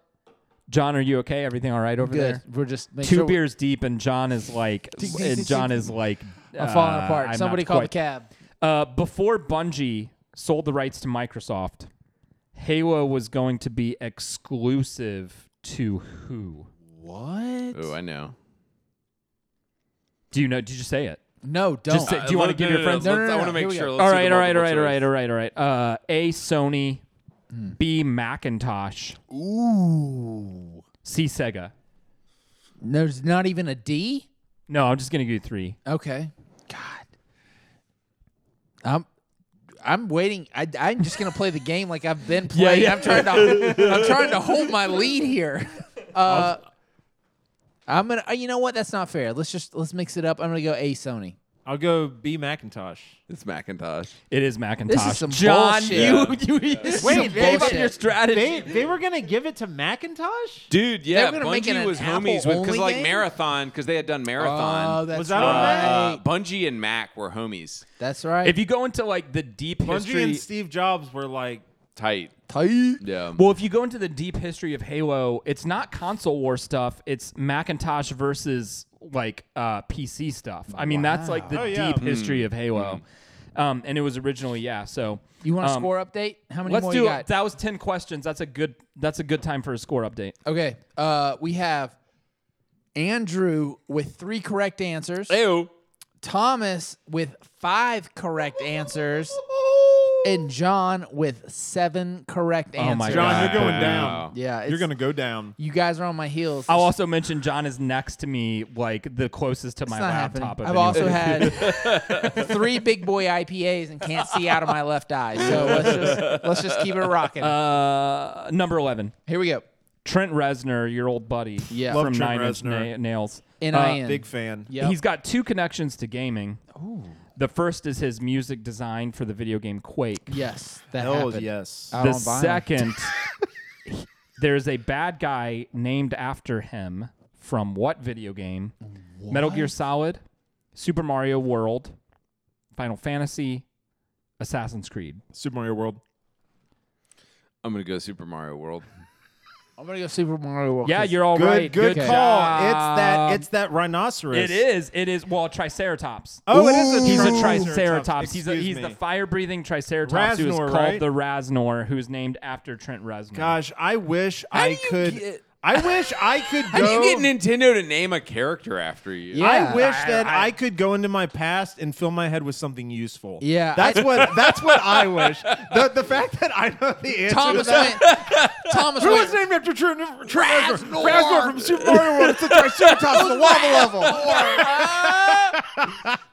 Speaker 1: John, are you okay? Everything all right over
Speaker 2: good.
Speaker 1: there?
Speaker 2: We're just make
Speaker 1: Two
Speaker 2: sure we-
Speaker 1: beers deep, and John is like,
Speaker 2: Tick, tick,
Speaker 1: and
Speaker 2: tick,
Speaker 1: John
Speaker 2: tick.
Speaker 1: is like,
Speaker 2: I'm falling
Speaker 1: uh,
Speaker 2: apart.
Speaker 1: I'm
Speaker 2: Somebody
Speaker 1: not
Speaker 2: call the
Speaker 1: quite-
Speaker 2: cab.
Speaker 1: Uh, before Bungie sold the rights to Microsoft, Halo was going to be exclusive to who?
Speaker 2: What?
Speaker 1: Uh,
Speaker 4: Oh, I know.
Speaker 1: Do you know? Did you say it?
Speaker 2: No, don't.
Speaker 1: Just say- Do you wanna
Speaker 4: Uh,
Speaker 1: give
Speaker 4: no,
Speaker 1: your
Speaker 4: no,
Speaker 1: friends-
Speaker 4: No,
Speaker 2: No,
Speaker 4: let's-
Speaker 2: no,
Speaker 4: I
Speaker 2: no,
Speaker 4: want to
Speaker 2: here
Speaker 4: make
Speaker 2: we
Speaker 4: sure.
Speaker 2: go.
Speaker 4: Let's
Speaker 1: All
Speaker 4: do the
Speaker 1: right, all right, all
Speaker 4: multiple
Speaker 1: right, all right, all right,
Speaker 4: choice.
Speaker 1: all right. Uh, A. Sony, B. Macintosh,
Speaker 2: Ooh.
Speaker 1: C. Sega.
Speaker 2: There's not even a D.
Speaker 1: No, I'm just gonna give you three.
Speaker 2: Okay. God. I'm I'm waiting. I, I'm just gonna play the game like I've been playing.
Speaker 1: yeah.
Speaker 2: I'm trying to I'm trying to hold my lead here. Uh, I'm gonna. uh, You know what? That's not fair. Let's just let's mix it up. I'm gonna go a Sony.
Speaker 3: I'll go B Macintosh.
Speaker 4: It's Macintosh.
Speaker 1: It is Macintosh.
Speaker 2: This is some
Speaker 1: John,
Speaker 2: bullshit.
Speaker 1: you
Speaker 2: you, you
Speaker 3: Wait, they-
Speaker 1: gave up your strategy.
Speaker 3: They they were gonna give it to Macintosh.
Speaker 4: Dude, yeah,
Speaker 2: were gonna make it
Speaker 4: Bungie
Speaker 2: an
Speaker 4: was homies with because
Speaker 2: Apple-only
Speaker 4: like
Speaker 2: game?
Speaker 4: marathon because they had done
Speaker 2: Oh,
Speaker 4: marathon.
Speaker 2: that's
Speaker 3: Was that
Speaker 2: right.
Speaker 3: on
Speaker 4: uh, Bungie and Mac were homies.
Speaker 2: that's right.
Speaker 1: If you go into like the deep
Speaker 3: Bungie
Speaker 1: history,
Speaker 3: and Steve Jobs were like,
Speaker 4: Tight.
Speaker 2: tight.
Speaker 4: Yeah.
Speaker 1: well, if you go into the deep history of Halo, it's not console war stuff. It's Macintosh versus like uh, PC stuff. I mean, that's like the
Speaker 3: Oh, yeah.
Speaker 1: deep history of Halo, um, and it was originally yeah. So
Speaker 2: You want a
Speaker 1: um,
Speaker 2: score update? How many
Speaker 1: Let's
Speaker 2: more
Speaker 1: do
Speaker 2: you got?
Speaker 1: that. Was ten questions. That's a good. That's a good time for a score update.
Speaker 2: okay, uh, we have Andrew with three correct answers.
Speaker 4: Ew.
Speaker 2: Thomas with five correct answers. And John with seven correct
Speaker 1: Oh my
Speaker 2: answers.
Speaker 1: God.
Speaker 3: John, you're going
Speaker 4: Wow.
Speaker 3: down.
Speaker 2: Yeah,
Speaker 3: you're
Speaker 2: it's-
Speaker 3: gonna go down.
Speaker 2: You guys are on my heels.
Speaker 1: I'll also mention John is next to me, like the closest to my
Speaker 2: It's not happening.
Speaker 1: laptop. of
Speaker 2: I've
Speaker 1: anyone.
Speaker 2: also had three big boy IPAs and can't see out of my left eye. So let's just let's just keep it rocking.
Speaker 1: uh, number eleven.
Speaker 2: Here we go.
Speaker 1: Trent Reznor, your old buddy,
Speaker 2: Yeah. Love
Speaker 1: from
Speaker 3: Trent
Speaker 1: Nine Inch
Speaker 3: Reznor.
Speaker 1: Na- Nails.
Speaker 2: N
Speaker 1: Uh,
Speaker 2: I N.
Speaker 3: Big fan.
Speaker 2: Yep.
Speaker 1: He's got two connections to gaming. The first is his music design for the video game Quake.
Speaker 2: Yes, that
Speaker 3: Oh
Speaker 2: happened. Uh,
Speaker 3: yes.
Speaker 2: Out
Speaker 1: The
Speaker 2: on vinyl.
Speaker 1: second, there's a bad guy named after him from what video game? Metal Gear Solid, Super Mario World, Final Fantasy, Assassin's Creed.
Speaker 3: Super Mario World.
Speaker 4: I'm gonna go Super Mario World.
Speaker 2: I'm gonna go Super Mario World.
Speaker 1: Yeah,
Speaker 2: 'cause-
Speaker 1: you're all
Speaker 3: Good,
Speaker 1: right.
Speaker 3: good,
Speaker 2: good
Speaker 3: call.
Speaker 1: job.
Speaker 3: It's that. It's that rhinoceros.
Speaker 1: It is. It is. Well, Triceratops.
Speaker 3: Oh, it is a.
Speaker 1: He's a
Speaker 3: triceratops.
Speaker 1: triceratops. He's a,
Speaker 3: Excuse
Speaker 1: he's the
Speaker 3: me.
Speaker 1: fire-breathing triceratops who is
Speaker 3: Rasnor,
Speaker 1: called
Speaker 3: right?
Speaker 1: the Rasnor, who's named after Trent Reznor.
Speaker 3: Gosh, I wish I
Speaker 4: do you
Speaker 3: could.
Speaker 4: get-
Speaker 3: I wish I could go.
Speaker 4: How do you get Nintendo to name a character after you?
Speaker 2: Yeah.
Speaker 3: I wish that
Speaker 1: I-
Speaker 3: I, could go into my past and fill my head with something useful.
Speaker 2: Yeah,
Speaker 3: that's
Speaker 2: I-
Speaker 3: what that's what I wish. The, the fact that I know the answer.
Speaker 2: Thomas
Speaker 3: to that-
Speaker 2: went. Thomas
Speaker 3: Who
Speaker 2: went.
Speaker 3: was named after Trent
Speaker 2: Rasnor.
Speaker 3: Reznor? Rasnor from Super Mario World. It's a Triceratops.
Speaker 2: The wobble level.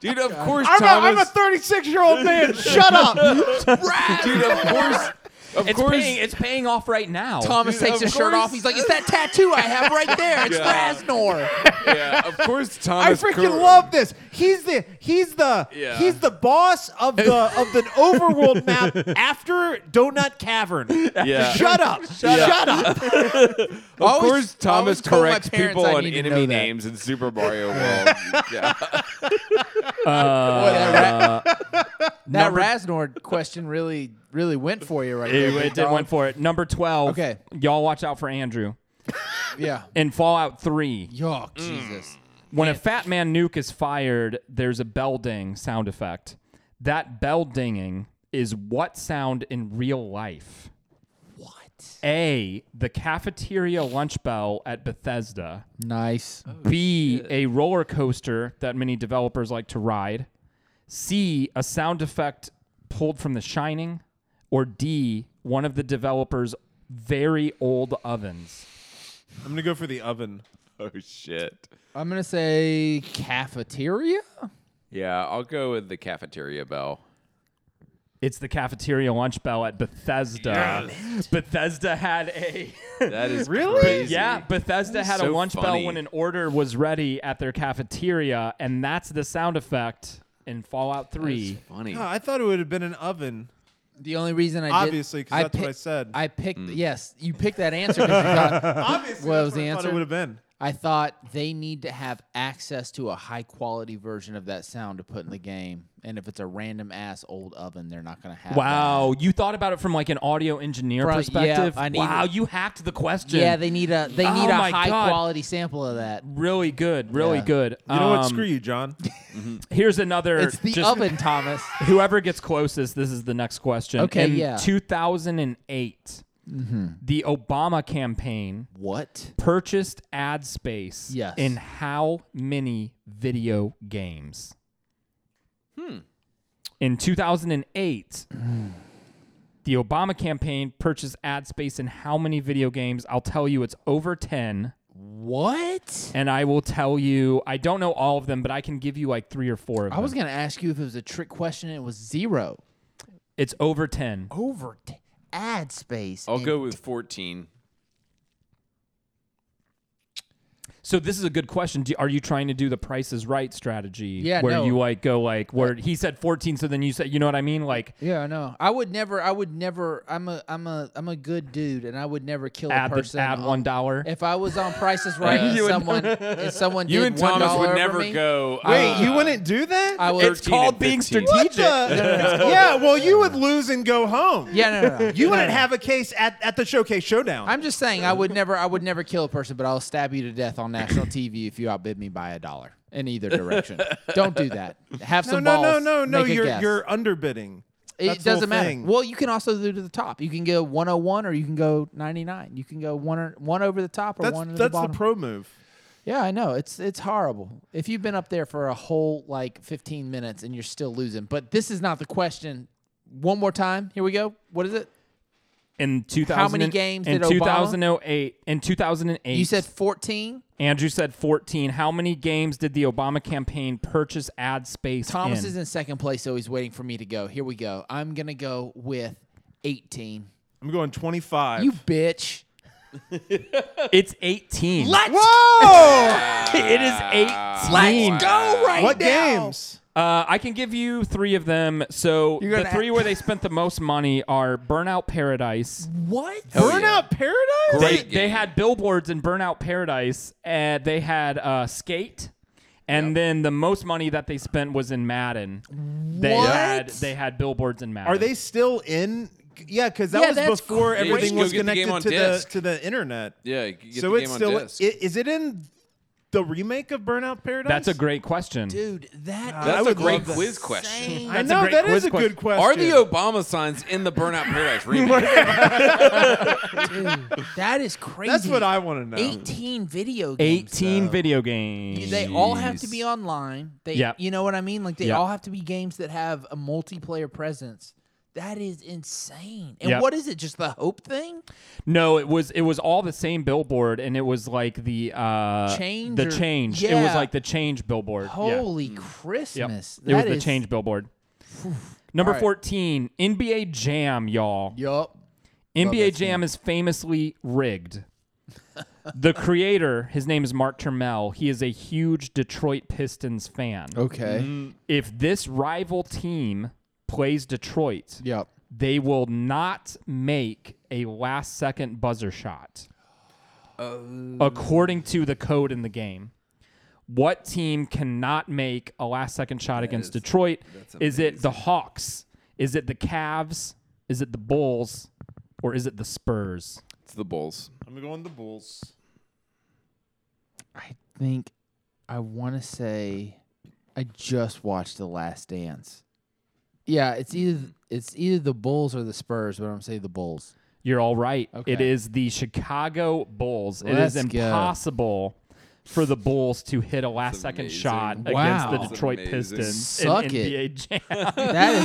Speaker 4: Dude, of course,
Speaker 3: I'm a, I'm a
Speaker 4: Thomas.
Speaker 3: 36 year old man. Shut up.
Speaker 4: dude, of course, of
Speaker 1: It's
Speaker 4: course.
Speaker 1: paying, it's paying off right now.
Speaker 2: Thomas takes
Speaker 4: of
Speaker 2: his shirt off.
Speaker 4: course.
Speaker 2: He's like, "It's that tattoo I have right there. It's
Speaker 4: Yeah.
Speaker 2: Rasnor."
Speaker 4: yeah, of course,
Speaker 3: I
Speaker 4: Thomas.
Speaker 3: freaking
Speaker 4: Cor-
Speaker 3: love this. He's the he's the
Speaker 4: Yeah.
Speaker 3: he's the boss of the of the overworld map after Donut Cavern.
Speaker 4: Yeah.
Speaker 3: Shut up. Shut, up.
Speaker 4: Of
Speaker 2: Always-
Speaker 4: course, Thomas
Speaker 2: always told my
Speaker 4: corrects
Speaker 2: parents
Speaker 4: people
Speaker 2: I
Speaker 4: on
Speaker 2: need to know
Speaker 4: enemy
Speaker 2: that.
Speaker 4: names in Super Mario World. yeah.
Speaker 2: Boy, that, Ra- Uh, that
Speaker 1: number-
Speaker 2: Rasnord question really, really went for you right there.
Speaker 1: It,
Speaker 2: big
Speaker 1: it did
Speaker 2: dog.
Speaker 1: went for it. Number 12.
Speaker 2: Okay.
Speaker 1: Y'all watch out for Andrew.
Speaker 2: Yeah.
Speaker 1: In Fallout 3,
Speaker 2: Yuck,
Speaker 1: Mm.
Speaker 2: Jesus.
Speaker 1: when a fat man nuke is fired, there's a bell ding sound effect. That bell dinging is what sound in real life?
Speaker 2: What?
Speaker 1: A, the cafeteria lunch bell at Bethesda.
Speaker 2: Nice.
Speaker 1: B, a roller coaster that many developers like to ride. C, a sound effect pulled from The Shining. Or D, one of the developer's very old ovens.
Speaker 3: I'm gonna go for the oven.
Speaker 4: Oh shit.
Speaker 2: I'm gonna say cafeteria.
Speaker 4: Yeah, I'll go with the cafeteria bell.
Speaker 1: It's the cafeteria lunch bell at Bethesda. Bethesda had a.
Speaker 4: That is
Speaker 3: Really?
Speaker 4: Crazy.
Speaker 1: Yeah, Bethesda had a
Speaker 4: so
Speaker 1: lunch bell
Speaker 4: funny.
Speaker 1: when an order was ready at their cafeteria, and that's the sound effect in Fallout 3.
Speaker 4: funny.
Speaker 3: Oh, I thought it would have been an oven.
Speaker 2: The only reason I did-
Speaker 3: Obviously, 'cause that's what
Speaker 2: pick-
Speaker 3: I said.
Speaker 2: I picked.
Speaker 1: Mm.
Speaker 2: Yes, you picked that answer. 'cause you thought-
Speaker 3: Obviously,
Speaker 2: What
Speaker 3: that's
Speaker 2: was the
Speaker 3: I thought
Speaker 2: answer?
Speaker 3: it would have been.
Speaker 2: I thought they need to have access to a high quality version of that sound to put in the game, and if it's a random ass old oven, they're not gonna have. that.
Speaker 1: Wow, you thought about it from like an audio engineer
Speaker 2: From- yeah,
Speaker 1: perspective.
Speaker 2: I need-
Speaker 1: wow, you hacked the question.
Speaker 2: Yeah, they need a they need
Speaker 1: Oh
Speaker 2: a
Speaker 1: my
Speaker 2: high
Speaker 1: God.
Speaker 2: quality sample of that.
Speaker 1: really good, really
Speaker 2: Yeah.
Speaker 1: good.
Speaker 3: You know what?
Speaker 1: Um,
Speaker 3: Screw you, John.
Speaker 1: Here's another.
Speaker 2: It's the
Speaker 1: just-
Speaker 2: oven, Thomas.
Speaker 1: Whoever gets closest, this is the next question.
Speaker 2: Okay,
Speaker 1: In
Speaker 2: yeah. Mm-hmm.
Speaker 1: 2008, the Obama campaign
Speaker 2: What?
Speaker 1: purchased ad space
Speaker 2: Yes.
Speaker 1: in how many video games? Hmm. In 2008, the Obama campaign purchased ad space in how many video games? I'll tell you it's over 10.
Speaker 2: What?
Speaker 1: And I will tell you, I don't know all of them, but I can give you like three or four of
Speaker 2: I
Speaker 1: them.
Speaker 2: was gonna ask you if it was a trick question. and It was zero.
Speaker 1: it's over 10.
Speaker 2: Over t- ad space.
Speaker 4: I'll
Speaker 2: and-
Speaker 4: go with 14.
Speaker 1: So this is a good question. Do, are you trying to do the Price is Right strategy?
Speaker 2: Yeah,
Speaker 1: where
Speaker 2: no.
Speaker 1: you like go like where he said 14, so then you said, you know what I mean? Like
Speaker 2: Yeah, I know. I would never. I would never. I'm a. I'm a. I'm a good dude, and I would never kill
Speaker 1: add
Speaker 2: a
Speaker 1: the,
Speaker 2: person.
Speaker 1: add
Speaker 2: on-
Speaker 1: one dollar.
Speaker 2: If I was on Prices Right, and
Speaker 1: You and-
Speaker 2: someone, if someone
Speaker 4: You
Speaker 2: did
Speaker 4: and Thomas
Speaker 2: $1
Speaker 4: would
Speaker 2: over
Speaker 4: never
Speaker 2: me,
Speaker 4: go.
Speaker 3: Wait,
Speaker 4: uh,
Speaker 3: you wouldn't do that?
Speaker 2: I would.
Speaker 4: 13
Speaker 1: It's called
Speaker 4: and
Speaker 1: being
Speaker 4: 15.
Speaker 1: strategic.
Speaker 3: yeah, well, you would lose and go home.
Speaker 2: yeah, no, no, no.
Speaker 3: You wouldn't have a case at, at the showcase showdown.
Speaker 2: I'm just saying, I would never. I would never kill a person, but I'll stab you to death on national TV if you outbid me by a dollar in either direction. Don't do that. Have
Speaker 3: no,
Speaker 2: some
Speaker 3: no, no,
Speaker 2: balls.
Speaker 3: no, no.
Speaker 2: Make a
Speaker 3: You're
Speaker 2: guess.
Speaker 3: you're underbidding.
Speaker 2: It
Speaker 3: That's the whole
Speaker 2: doesn't matter.
Speaker 3: thing.
Speaker 2: Well, you can also do to the top. You can go 101 or you can go 99. You can go one or, one over the top or
Speaker 3: That's
Speaker 2: one to the
Speaker 3: that's the,
Speaker 2: bottom.
Speaker 3: pro move.
Speaker 2: yeah, I know. It's it's horrible. If you've been up there for a whole like 15 minutes and you're still losing. But this is not the question. One more time. Here we go. What is it?
Speaker 1: in 2000
Speaker 2: How many
Speaker 1: and-
Speaker 2: games
Speaker 1: in
Speaker 2: did Obama-
Speaker 1: 2008 in 2008
Speaker 2: You said 14.
Speaker 1: Andrew said 14 how many games did the Obama campaign purchase ad space
Speaker 2: Thomas
Speaker 1: in?
Speaker 2: is in second place, so he's waiting for me to go. Here we go. I'm going to go with 18.
Speaker 3: I'm going 25.
Speaker 2: You bitch.
Speaker 1: it's 18
Speaker 3: Whoa!
Speaker 1: it is 18
Speaker 2: go right
Speaker 3: what
Speaker 2: now.
Speaker 3: games?
Speaker 1: Uh, I can give you three of them. So
Speaker 2: You're
Speaker 1: the
Speaker 2: gonna-
Speaker 1: three where they spent the most money are Burnout Paradise.
Speaker 2: What?
Speaker 4: Hell yeah.
Speaker 3: Burnout Paradise?
Speaker 1: They,
Speaker 4: Great
Speaker 1: they
Speaker 4: game.
Speaker 1: had billboards in Burnout Paradise. And they had uh, Skate. And then the most money that they spent was in Madden. They
Speaker 2: What?
Speaker 1: had they had billboards in Madden.
Speaker 3: Are they still in? Yeah, because that
Speaker 2: Yeah,
Speaker 3: was
Speaker 2: that's
Speaker 3: before
Speaker 2: crazy.
Speaker 3: everything
Speaker 4: You
Speaker 3: was
Speaker 4: can go get the game
Speaker 3: connected
Speaker 4: on
Speaker 3: to
Speaker 4: disc.
Speaker 3: the to the internet.
Speaker 4: Yeah, you can get
Speaker 3: so
Speaker 4: the
Speaker 3: it's
Speaker 4: game
Speaker 3: still
Speaker 4: on disc.
Speaker 3: i- is it in the remake of Burnout Paradise?
Speaker 1: That's a great question.
Speaker 2: Dude, that
Speaker 3: I
Speaker 4: That's a
Speaker 3: would
Speaker 4: great
Speaker 3: love that.
Speaker 4: quiz question.
Speaker 3: I
Speaker 1: a
Speaker 3: know
Speaker 1: great
Speaker 3: that is
Speaker 1: quiz
Speaker 3: a good question.
Speaker 4: Are the Obama signs in the Burnout Paradise remake?
Speaker 2: That is crazy.
Speaker 3: That's what I want to know.
Speaker 2: 18 video games.
Speaker 1: 18
Speaker 2: though.
Speaker 1: video games.
Speaker 2: They all have to be online. They,
Speaker 1: Yep.
Speaker 2: you know what I mean? Like they
Speaker 1: Yep.
Speaker 2: all have to be games that have a multiplayer presence. That is insane. And
Speaker 1: Yep.
Speaker 2: what is it? Just the hope thing?
Speaker 1: No, it was it was all the same billboard, and it was like the uh,
Speaker 2: Change
Speaker 1: The
Speaker 2: or-
Speaker 1: change. It was
Speaker 2: Yeah.
Speaker 1: like the change billboard. yeah.
Speaker 2: Holy
Speaker 4: Mm.
Speaker 1: Yep.
Speaker 2: Christmas!
Speaker 1: It was
Speaker 2: That
Speaker 1: the
Speaker 2: is-
Speaker 1: change billboard. Number
Speaker 2: All right.
Speaker 1: 14, NBA Jam, y'all.
Speaker 2: Yup.
Speaker 1: NBA Jam is famously rigged. the creator, his name is Mark Turmel. He is a huge Detroit Pistons fan.
Speaker 2: Okay.
Speaker 1: If this rival team plays Detroit,
Speaker 2: Yep.
Speaker 1: they will not make a last second buzzer shot.
Speaker 2: Uh,
Speaker 1: according to the code in the game. What team cannot make a last second shot against Detroit? Is it the Hawks? Is it the Cavs? Is it the Bulls? Or is it the Spurs?
Speaker 4: it's the Bulls.
Speaker 3: I'm going the Bulls.
Speaker 2: I think I want to say I just watched The Last Dance. Yeah, it's either it's either the Bulls or the Spurs, but I'm gonna say the Bulls.
Speaker 1: You're all right. It
Speaker 2: Okay.
Speaker 1: is the Chicago Bulls. it is
Speaker 2: Let's go.
Speaker 1: impossible for the Bulls to hit a last second
Speaker 4: amazing.
Speaker 1: shot
Speaker 2: Wow.
Speaker 1: against
Speaker 2: That's
Speaker 1: the Detroit
Speaker 4: amazing.
Speaker 1: Pistons
Speaker 2: Suck
Speaker 1: in
Speaker 2: it.
Speaker 1: NBA Jam.
Speaker 2: That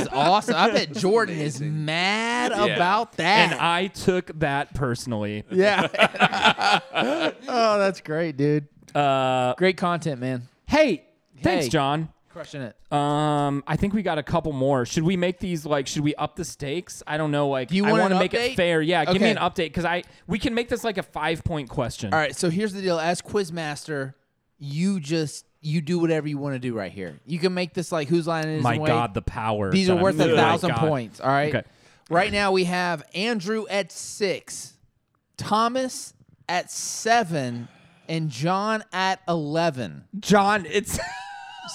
Speaker 2: is awesome. I bet Jordan is mad about that.
Speaker 1: and I took that personally.
Speaker 2: yeah. oh, that's great, dude.
Speaker 1: Uh,
Speaker 2: Great content, man.
Speaker 1: hey, thanks,
Speaker 2: Hey.
Speaker 1: John.
Speaker 2: Crushing it.
Speaker 1: Um, I think we got a couple more. Should we make these like? Should we up the stakes? I don't know. Like,
Speaker 2: you
Speaker 1: I
Speaker 2: want
Speaker 1: wanna
Speaker 2: an
Speaker 1: make it
Speaker 2: update?
Speaker 1: fair. Yeah, give me
Speaker 2: Okay.
Speaker 1: an update because I we can make this like a five point question.
Speaker 2: All right, so here's the deal. As Quizmaster, you just you do whatever you want to do right here. You can make this like whose line it is.
Speaker 1: My
Speaker 2: and wait.
Speaker 1: God, the power.
Speaker 2: These
Speaker 1: that
Speaker 2: are
Speaker 1: I'm
Speaker 2: worth a
Speaker 1: feeling.
Speaker 2: thousand
Speaker 1: My God.
Speaker 2: points. All right.
Speaker 1: Okay.
Speaker 2: Right now we have Andrew at six, Thomas at seven, and John at eleven.
Speaker 1: John. It's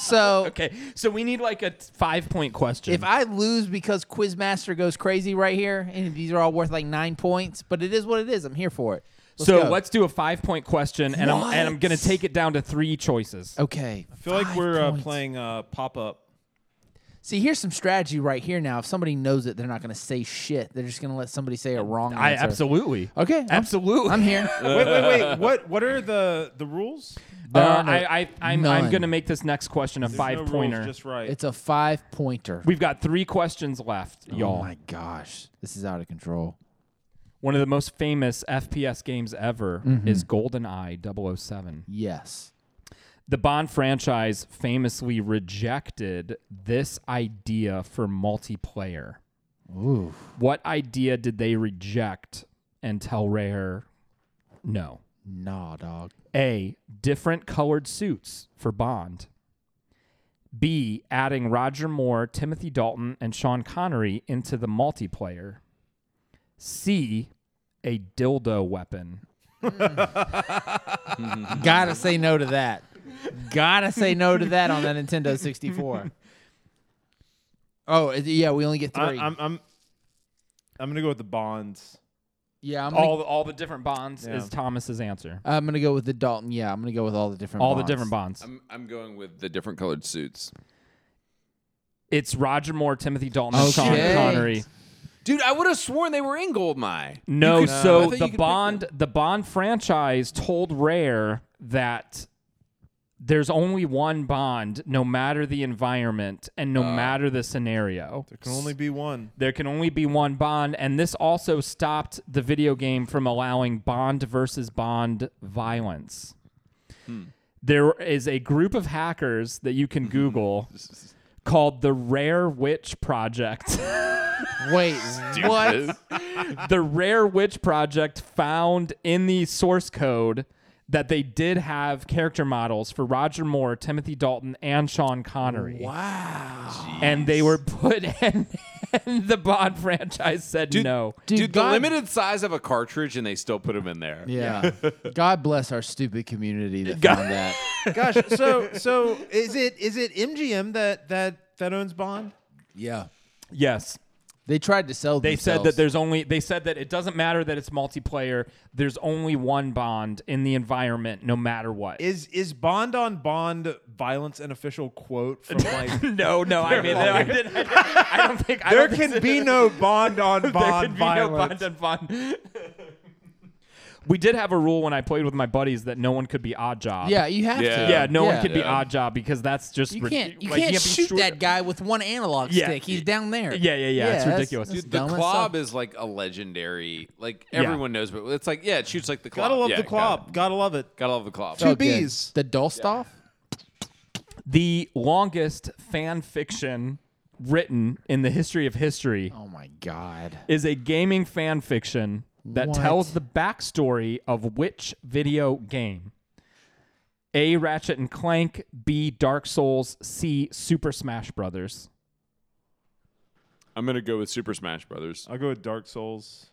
Speaker 2: So
Speaker 1: okay. So we need like a t- five point question.
Speaker 2: if I lose because Quizmaster goes crazy right here, and these are all worth like nine points, but it is what it is. I'm here for it. Let's
Speaker 1: so
Speaker 2: go.
Speaker 1: let's do a five point question, and I'm and I'm
Speaker 2: What?
Speaker 1: gonna take it down to three choices.
Speaker 2: Okay.
Speaker 3: I feel like we're uh, playing uh, pop up.
Speaker 2: See, here's some strategy right here. Now, if somebody knows it, they're not going to say shit. They're just going to let somebody say a wrong
Speaker 1: I
Speaker 2: answer.
Speaker 1: absolutely.
Speaker 2: Okay. I'm-
Speaker 1: Absolutely.
Speaker 2: I'm here.
Speaker 3: Wait, wait, wait. What what are the the rules?
Speaker 1: Uh,
Speaker 2: There are no-
Speaker 1: I, I I'm I'm
Speaker 2: none.
Speaker 1: gonna make this next question a
Speaker 3: There's
Speaker 1: five
Speaker 3: no rules,
Speaker 1: pointer.
Speaker 3: just right.
Speaker 2: It's a five pointer.
Speaker 1: We've got three questions left, y'all.
Speaker 2: Oh my gosh, this is out of control.
Speaker 1: One of the most famous FPS games ever
Speaker 2: Mm-hmm.
Speaker 1: is GoldenEye 007.
Speaker 2: Yes.
Speaker 1: The Bond franchise famously rejected this idea for multiplayer.
Speaker 2: Ooh.
Speaker 1: What idea did they reject and tell Rare no?
Speaker 2: Nah, dog.
Speaker 1: A. Different colored suits for Bond. B. Adding Roger Moore, Timothy Dalton, and Sean Connery into the multiplayer. C. A dildo weapon.
Speaker 2: Gotta say no to that. Gotta say no to that on the Nintendo 64. Oh is- yeah, we only get
Speaker 3: I,
Speaker 2: three.
Speaker 3: I'm I'm I'm gonna go with the bonds.
Speaker 2: yeah, I'm gonna,
Speaker 1: All all the different bonds
Speaker 3: Yeah.
Speaker 1: is Thomas's answer.
Speaker 2: I'm gonna go with the Dalton. Yeah, I'm gonna go with all the different.
Speaker 1: All
Speaker 2: bonds.
Speaker 1: the different bonds.
Speaker 4: I'm, I'm going with the different colored suits.
Speaker 1: It's Roger Moore, Timothy Dalton, and
Speaker 2: Okay.
Speaker 1: Sean Connery.
Speaker 4: Dude, I would have sworn they were in Goldmine.
Speaker 1: No,
Speaker 4: You could- I
Speaker 1: so
Speaker 4: thought you
Speaker 1: the
Speaker 4: could pick
Speaker 1: Bond the Bond franchise told Rare that there's only one Bond, no matter the environment and
Speaker 4: Ah.
Speaker 1: no matter the scenario.
Speaker 3: There can only be one.
Speaker 1: There can only be one Bond, and this also stopped the video game from allowing Bond versus Bond violence.
Speaker 4: Hmm.
Speaker 1: There is a group of hackers that you can Google called the Rare Witch Project.
Speaker 2: Wait, what?
Speaker 4: Is-
Speaker 1: the Rare Witch Project found in the source code that they did have character models for Roger Moore, Timothy Dalton, and Sean Connery. Wow. And they were put and, and the Bond franchise said no.
Speaker 4: Dude, the
Speaker 2: God-
Speaker 4: limited size of a cartridge, and they still put them in there.
Speaker 2: Yeah. God bless our stupid community that found that.
Speaker 3: Gosh, so so is it is it MGM that that that owns Bond?
Speaker 2: Yeah.
Speaker 1: Yes.
Speaker 2: They tried to sell.
Speaker 1: They said that there's only they said that it doesn't matter that it's multiplayer, there's only one Bond in the environment no matter what.
Speaker 3: Is is Bond on Bond violence an official quote from like
Speaker 1: no, no, I mean, no, I, didn't, I, didn't- I don't think I
Speaker 3: There
Speaker 1: don't think
Speaker 3: can
Speaker 1: so.
Speaker 3: be no Bond on Bond
Speaker 1: there could
Speaker 3: violence.
Speaker 1: be no bond on bond. we did have a rule when I played with my buddies that no one could be odd job.
Speaker 2: Yeah, you have
Speaker 4: Yeah.
Speaker 2: to.
Speaker 1: yeah, no
Speaker 2: Yeah.
Speaker 1: one could be
Speaker 4: Yeah.
Speaker 1: odd job because that's just
Speaker 2: You
Speaker 1: rid-
Speaker 2: can't. You
Speaker 1: like,
Speaker 2: can't
Speaker 1: be
Speaker 2: shoot
Speaker 1: sure-
Speaker 2: that guy with one analog
Speaker 1: Yeah.
Speaker 2: stick. He's down there.
Speaker 1: Yeah, yeah, yeah, it's
Speaker 2: that's-
Speaker 1: ridiculous.
Speaker 2: that's
Speaker 4: Dude, the
Speaker 2: dumb as
Speaker 4: club
Speaker 2: fuck.
Speaker 4: is like a legendary, like everyone knows, but it's like, yeah, it shoots like the club.
Speaker 3: Gotta love
Speaker 4: Yeah,
Speaker 3: the
Speaker 4: got it.
Speaker 3: club. Gotta love it.
Speaker 4: Gotta love the club.
Speaker 3: Two
Speaker 2: Oh, good.
Speaker 3: Bs.
Speaker 2: The Dolstoff.
Speaker 1: the longest fan fiction written in the history of history
Speaker 2: Oh my God.
Speaker 1: is a gaming fan fiction that
Speaker 2: What?
Speaker 1: tells the backstory of which video game? A. Ratchet and Clank. B. Dark Souls. C. Super Smash Brothers.
Speaker 4: I'm gonna go with Super Smash Brothers.
Speaker 3: I'll go with Dark Souls.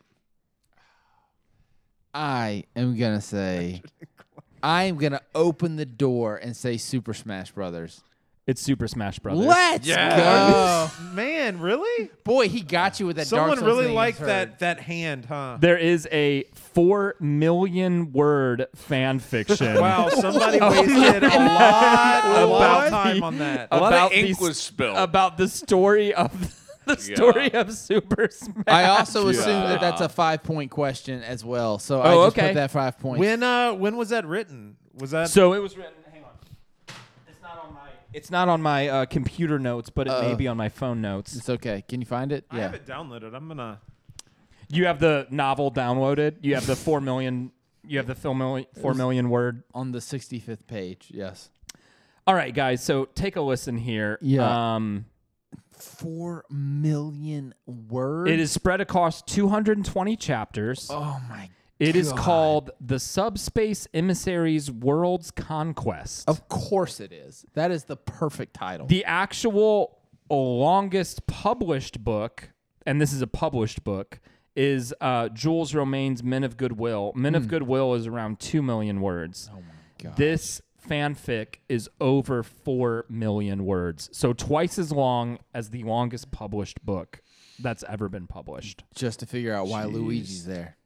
Speaker 2: I am gonna say. I am gonna open the door and say Super Smash Brothers.
Speaker 1: It's Super Smash Brothers.
Speaker 2: Let's
Speaker 4: Yeah.
Speaker 2: go,
Speaker 3: Oh, Man, really?
Speaker 2: boy! He got you with that. Dark
Speaker 3: Someone
Speaker 2: Souls
Speaker 3: really
Speaker 2: thing,
Speaker 3: liked
Speaker 2: he's heard.
Speaker 3: that that hand, huh?
Speaker 1: There is a four million word fan fiction.
Speaker 3: Wow, somebody
Speaker 2: Oh
Speaker 3: wasted a lot, a lot
Speaker 1: About
Speaker 3: of time
Speaker 1: the-
Speaker 3: on that.
Speaker 2: Oh
Speaker 4: A lot of
Speaker 1: about
Speaker 4: ink
Speaker 1: these-
Speaker 4: was spilled.
Speaker 1: about the story of the story of Super Smash.
Speaker 2: I also assume
Speaker 4: Yeah.
Speaker 2: that that's a five point question as well.
Speaker 1: Oh,
Speaker 2: So I just
Speaker 1: okay.
Speaker 2: put that five points.
Speaker 3: When uh when was that written? Was that
Speaker 1: so it was written. Hang on. It's not on my. It's not on my uh, computer notes, but it
Speaker 4: Uh.
Speaker 1: may be on my phone notes.
Speaker 2: it's okay. Can you find it?
Speaker 3: I have it downloaded. I'm gonna
Speaker 1: You have the novel downloaded. You have the four million. You have the four million, four million word.
Speaker 2: on the 65th page. Yes.
Speaker 1: All right, guys. So take a listen here.
Speaker 2: Yeah.
Speaker 1: Um,
Speaker 2: Four million words.
Speaker 1: it is spread across 220 chapters.
Speaker 2: Oh my.
Speaker 1: It is
Speaker 2: God.
Speaker 1: called The Subspace Emissaries World's Conquest.
Speaker 2: Of course it is. That is the perfect title.
Speaker 1: The actual longest published book, and this is a published book, is uh, Jules Romaine's Men of Goodwill. Men of Goodwill is around 2 million words. Oh my
Speaker 2: Hmm. gosh.
Speaker 1: This fanfic is over 4 million words. So twice as long as the longest published book that's ever been published.
Speaker 2: Just to figure out why Luigi's there.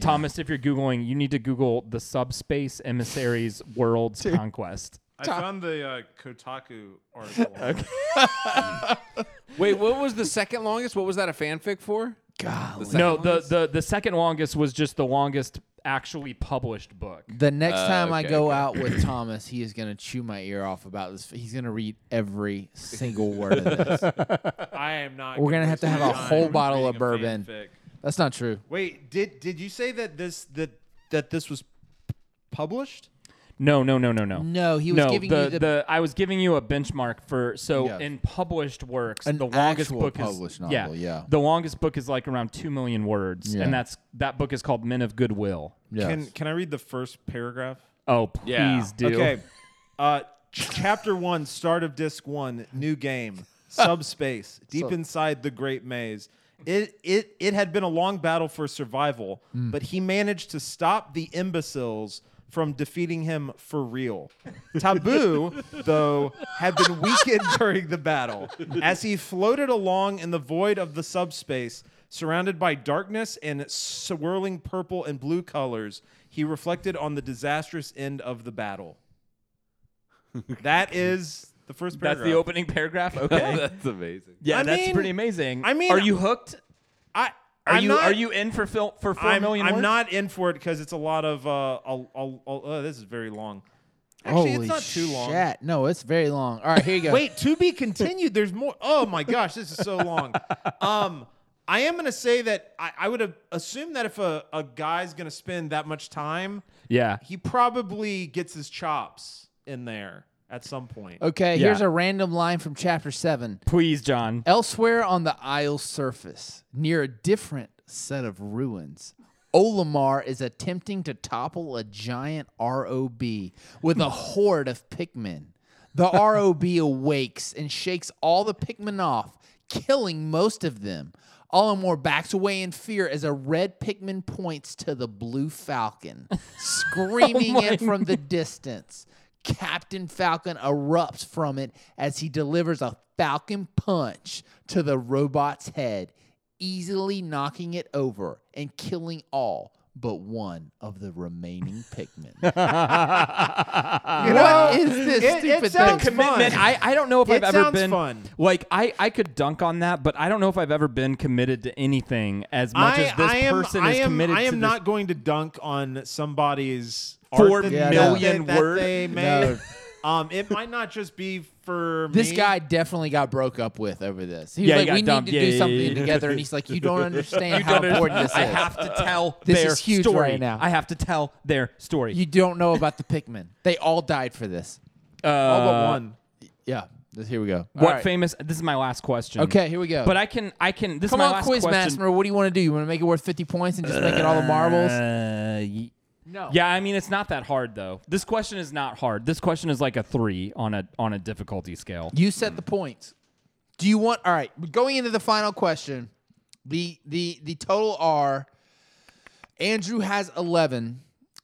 Speaker 1: Thomas, if you're Googling, you need to Google The Subspace Emissaries World's Conquest.
Speaker 3: I found the uh, Kotaku article.
Speaker 4: Wait, what was the second longest? What was that a fanfic for?
Speaker 2: God.
Speaker 4: second
Speaker 1: No,
Speaker 4: one?
Speaker 1: the, the the second longest was just the longest actually published book.
Speaker 2: The next
Speaker 3: Uh,
Speaker 2: time I
Speaker 4: okay,
Speaker 2: go
Speaker 4: okay.
Speaker 2: out with Thomas, he is gonna chew my ear off about this. He's gonna read every single word of this.
Speaker 3: I am not.
Speaker 2: We're gonna have to
Speaker 3: waste
Speaker 2: have a
Speaker 3: my time
Speaker 2: whole bottle of
Speaker 3: reading a
Speaker 2: bourbon.
Speaker 3: fanfic.
Speaker 2: That's not true.
Speaker 3: Wait, did did you say that this that that this was published?
Speaker 1: No, no, no, no, no.
Speaker 2: No, he was
Speaker 1: no,
Speaker 2: giving
Speaker 1: the,
Speaker 2: you the-
Speaker 1: I was giving you a benchmark for so
Speaker 2: Yes.
Speaker 1: in published works,
Speaker 2: An
Speaker 1: the longest
Speaker 2: actual
Speaker 1: book
Speaker 2: published
Speaker 1: is
Speaker 2: novel,
Speaker 1: yeah,
Speaker 2: yeah.
Speaker 1: The longest book is like around two million words,
Speaker 2: Yeah.
Speaker 1: and that's that book is called Men of Goodwill.
Speaker 2: Yes.
Speaker 3: Can Can I read the first paragraph?
Speaker 1: Oh, please
Speaker 4: Yeah.
Speaker 1: do.
Speaker 3: Okay. Uh, ch- chapter one, start of disc one, new game, subspace, deep inside the great maze. It, it, it had been a long battle for survival, but he managed to stop the imbeciles from defeating him for real. Taboo, though, had been weakened during the battle. As he floated along in the void of the subspace, Surrounded by darkness and swirling purple and blue colors, he reflected on the disastrous end of the battle. That is the first
Speaker 1: that's
Speaker 3: paragraph.
Speaker 1: the opening paragraph. Okay,
Speaker 4: That's amazing.
Speaker 1: yeah,
Speaker 3: I
Speaker 1: that's
Speaker 3: mean-
Speaker 1: pretty amazing.
Speaker 3: I mean-
Speaker 1: are you hooked?
Speaker 3: I,
Speaker 1: Are
Speaker 3: I'm
Speaker 1: you
Speaker 3: not-
Speaker 1: are you in for fil- for four
Speaker 3: I'm,
Speaker 1: million
Speaker 3: I'm
Speaker 1: words?
Speaker 3: not in for it because it's a lot of. Uh, I'll, I'll, I'll- oh, this is very long. Actually,
Speaker 2: Holy
Speaker 3: it's not too long.
Speaker 2: shit. No, it's very long. All right, here you go.
Speaker 3: Wait, to be continued. There's more. Oh my gosh, this is so long. Um, I am gonna say that I, I would have assumed that if a, a guy's gonna spend that much time,
Speaker 1: Yeah.
Speaker 3: he probably gets his chops in there at some point.
Speaker 2: Okay,
Speaker 1: Yeah.
Speaker 2: here's a random line from chapter seven.
Speaker 1: Please, John.
Speaker 2: Elsewhere on the isle's surface, near a different set of ruins, Olimar is attempting to topple a giant ROB with a horde of Pikmin. The ROB awakes and shakes all the Pikmin off, killing most of them. Olimar backs away in fear as a red Pikmin points to the blue falcon, screaming it from the distance. Captain Falcon erupts from it as he delivers a falcon punch to the robot's head, easily knocking it over and killing all but one of the remaining Pikmin. what is this
Speaker 3: it- it
Speaker 2: stupid thing?
Speaker 3: sounds fun.
Speaker 1: commitment. I, I don't know if
Speaker 3: It
Speaker 1: I've ever
Speaker 3: sounds
Speaker 1: been
Speaker 3: fun.
Speaker 1: like I, I could dunk on that, but I don't know if I've ever been committed to anything as much as this person
Speaker 3: I
Speaker 1: is
Speaker 3: am,
Speaker 1: committed
Speaker 3: I am
Speaker 1: to
Speaker 3: not going to dunk on somebody's
Speaker 1: Four
Speaker 3: art that-
Speaker 1: Yeah,
Speaker 2: no.
Speaker 1: million
Speaker 3: that,
Speaker 1: word.
Speaker 3: That they made. Um, it might not just be for
Speaker 2: This
Speaker 3: me.
Speaker 2: guy definitely got broke up with over this. He was
Speaker 1: Yeah, he
Speaker 2: like,
Speaker 1: got
Speaker 2: "We
Speaker 1: dumped.
Speaker 2: need to
Speaker 1: Yeah,
Speaker 2: do
Speaker 1: yeah, yeah,
Speaker 2: something
Speaker 1: yeah.
Speaker 2: together," and he's like, "You don't understand
Speaker 1: this.
Speaker 2: how
Speaker 1: Don't-
Speaker 2: important this
Speaker 1: I
Speaker 2: is.
Speaker 1: have to tell
Speaker 2: This
Speaker 1: their
Speaker 2: is huge
Speaker 1: story
Speaker 2: right now.
Speaker 1: I have to tell their story.
Speaker 2: you don't know about the Pikmin. They all died for this."
Speaker 3: All
Speaker 1: Uh,
Speaker 3: but one.
Speaker 2: Yeah, this- here we go. All
Speaker 1: What
Speaker 2: right.
Speaker 1: famous? This is my last question.
Speaker 2: Okay, here we go.
Speaker 1: But I can I can. This
Speaker 2: Come
Speaker 1: is my
Speaker 2: on,
Speaker 1: last
Speaker 2: Quiz
Speaker 1: question.
Speaker 2: Master, what do you want to do? You want to make it worth 50 points and just make it all the marbles?
Speaker 1: Uh, y-
Speaker 2: No.
Speaker 1: Yeah, I mean it's not that hard though. This question is not hard. This question is like a three on a on a difficulty scale.
Speaker 2: You set the points. Do you want All right, going into the final question. The the the total are Andrew has 11,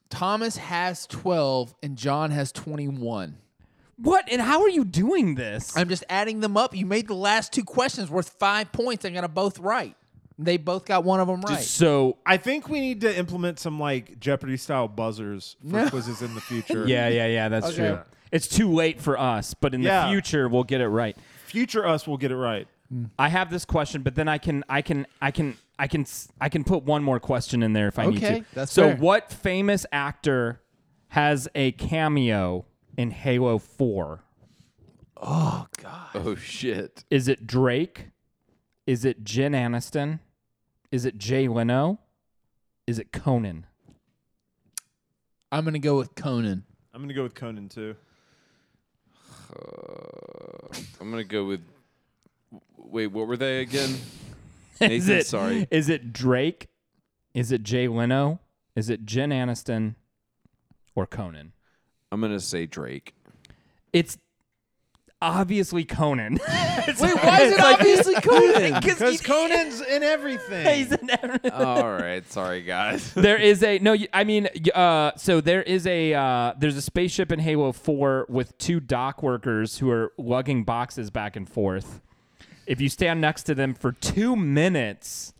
Speaker 2: Thomas has 12, and John has 21.
Speaker 1: What and how are you doing this?
Speaker 2: I'm just adding them up. You made the last two questions worth 5 points and got them both right. They both got one of them right.
Speaker 1: so
Speaker 3: I think we need to implement some like Jeopardy style buzzers for quizzes in the future.
Speaker 1: Yeah, yeah, yeah. That's true. It's too late for us, but in
Speaker 3: Yeah.
Speaker 1: the future we'll get it right.
Speaker 3: Future us will get it right.
Speaker 1: I have this question, but then I can, I can, I can, I can, s- I can put one more question in there if I need
Speaker 2: Okay,
Speaker 1: to.
Speaker 2: that's
Speaker 1: so.
Speaker 2: fair.
Speaker 1: What famous actor has a cameo in Halo Four?
Speaker 4: Oh shit.
Speaker 1: Is it Drake? Is it Jen Aniston? Is it Jay Leno? Is it Conan?
Speaker 2: I'm going to go with Conan.
Speaker 3: I'm gonna go with Conan too.
Speaker 4: I'm gonna go with. Wait, what were they again?
Speaker 1: is
Speaker 4: Nathan,
Speaker 1: it
Speaker 4: sorry.
Speaker 1: Is it Drake? Is it Jay Leno? Is it Jen Aniston? Or Conan?
Speaker 4: I'm gonna say Drake.
Speaker 1: It's obviously Conan.
Speaker 2: Wait, why is it obviously Conan?
Speaker 3: Because Conan's in everything.
Speaker 4: All right, sorry guys.
Speaker 1: there is a no. y- I mean, y- uh, so there is a uh, there's a spaceship in Halo Four with two dock workers who are lugging boxes back and forth. If you stand next to them for two minutes,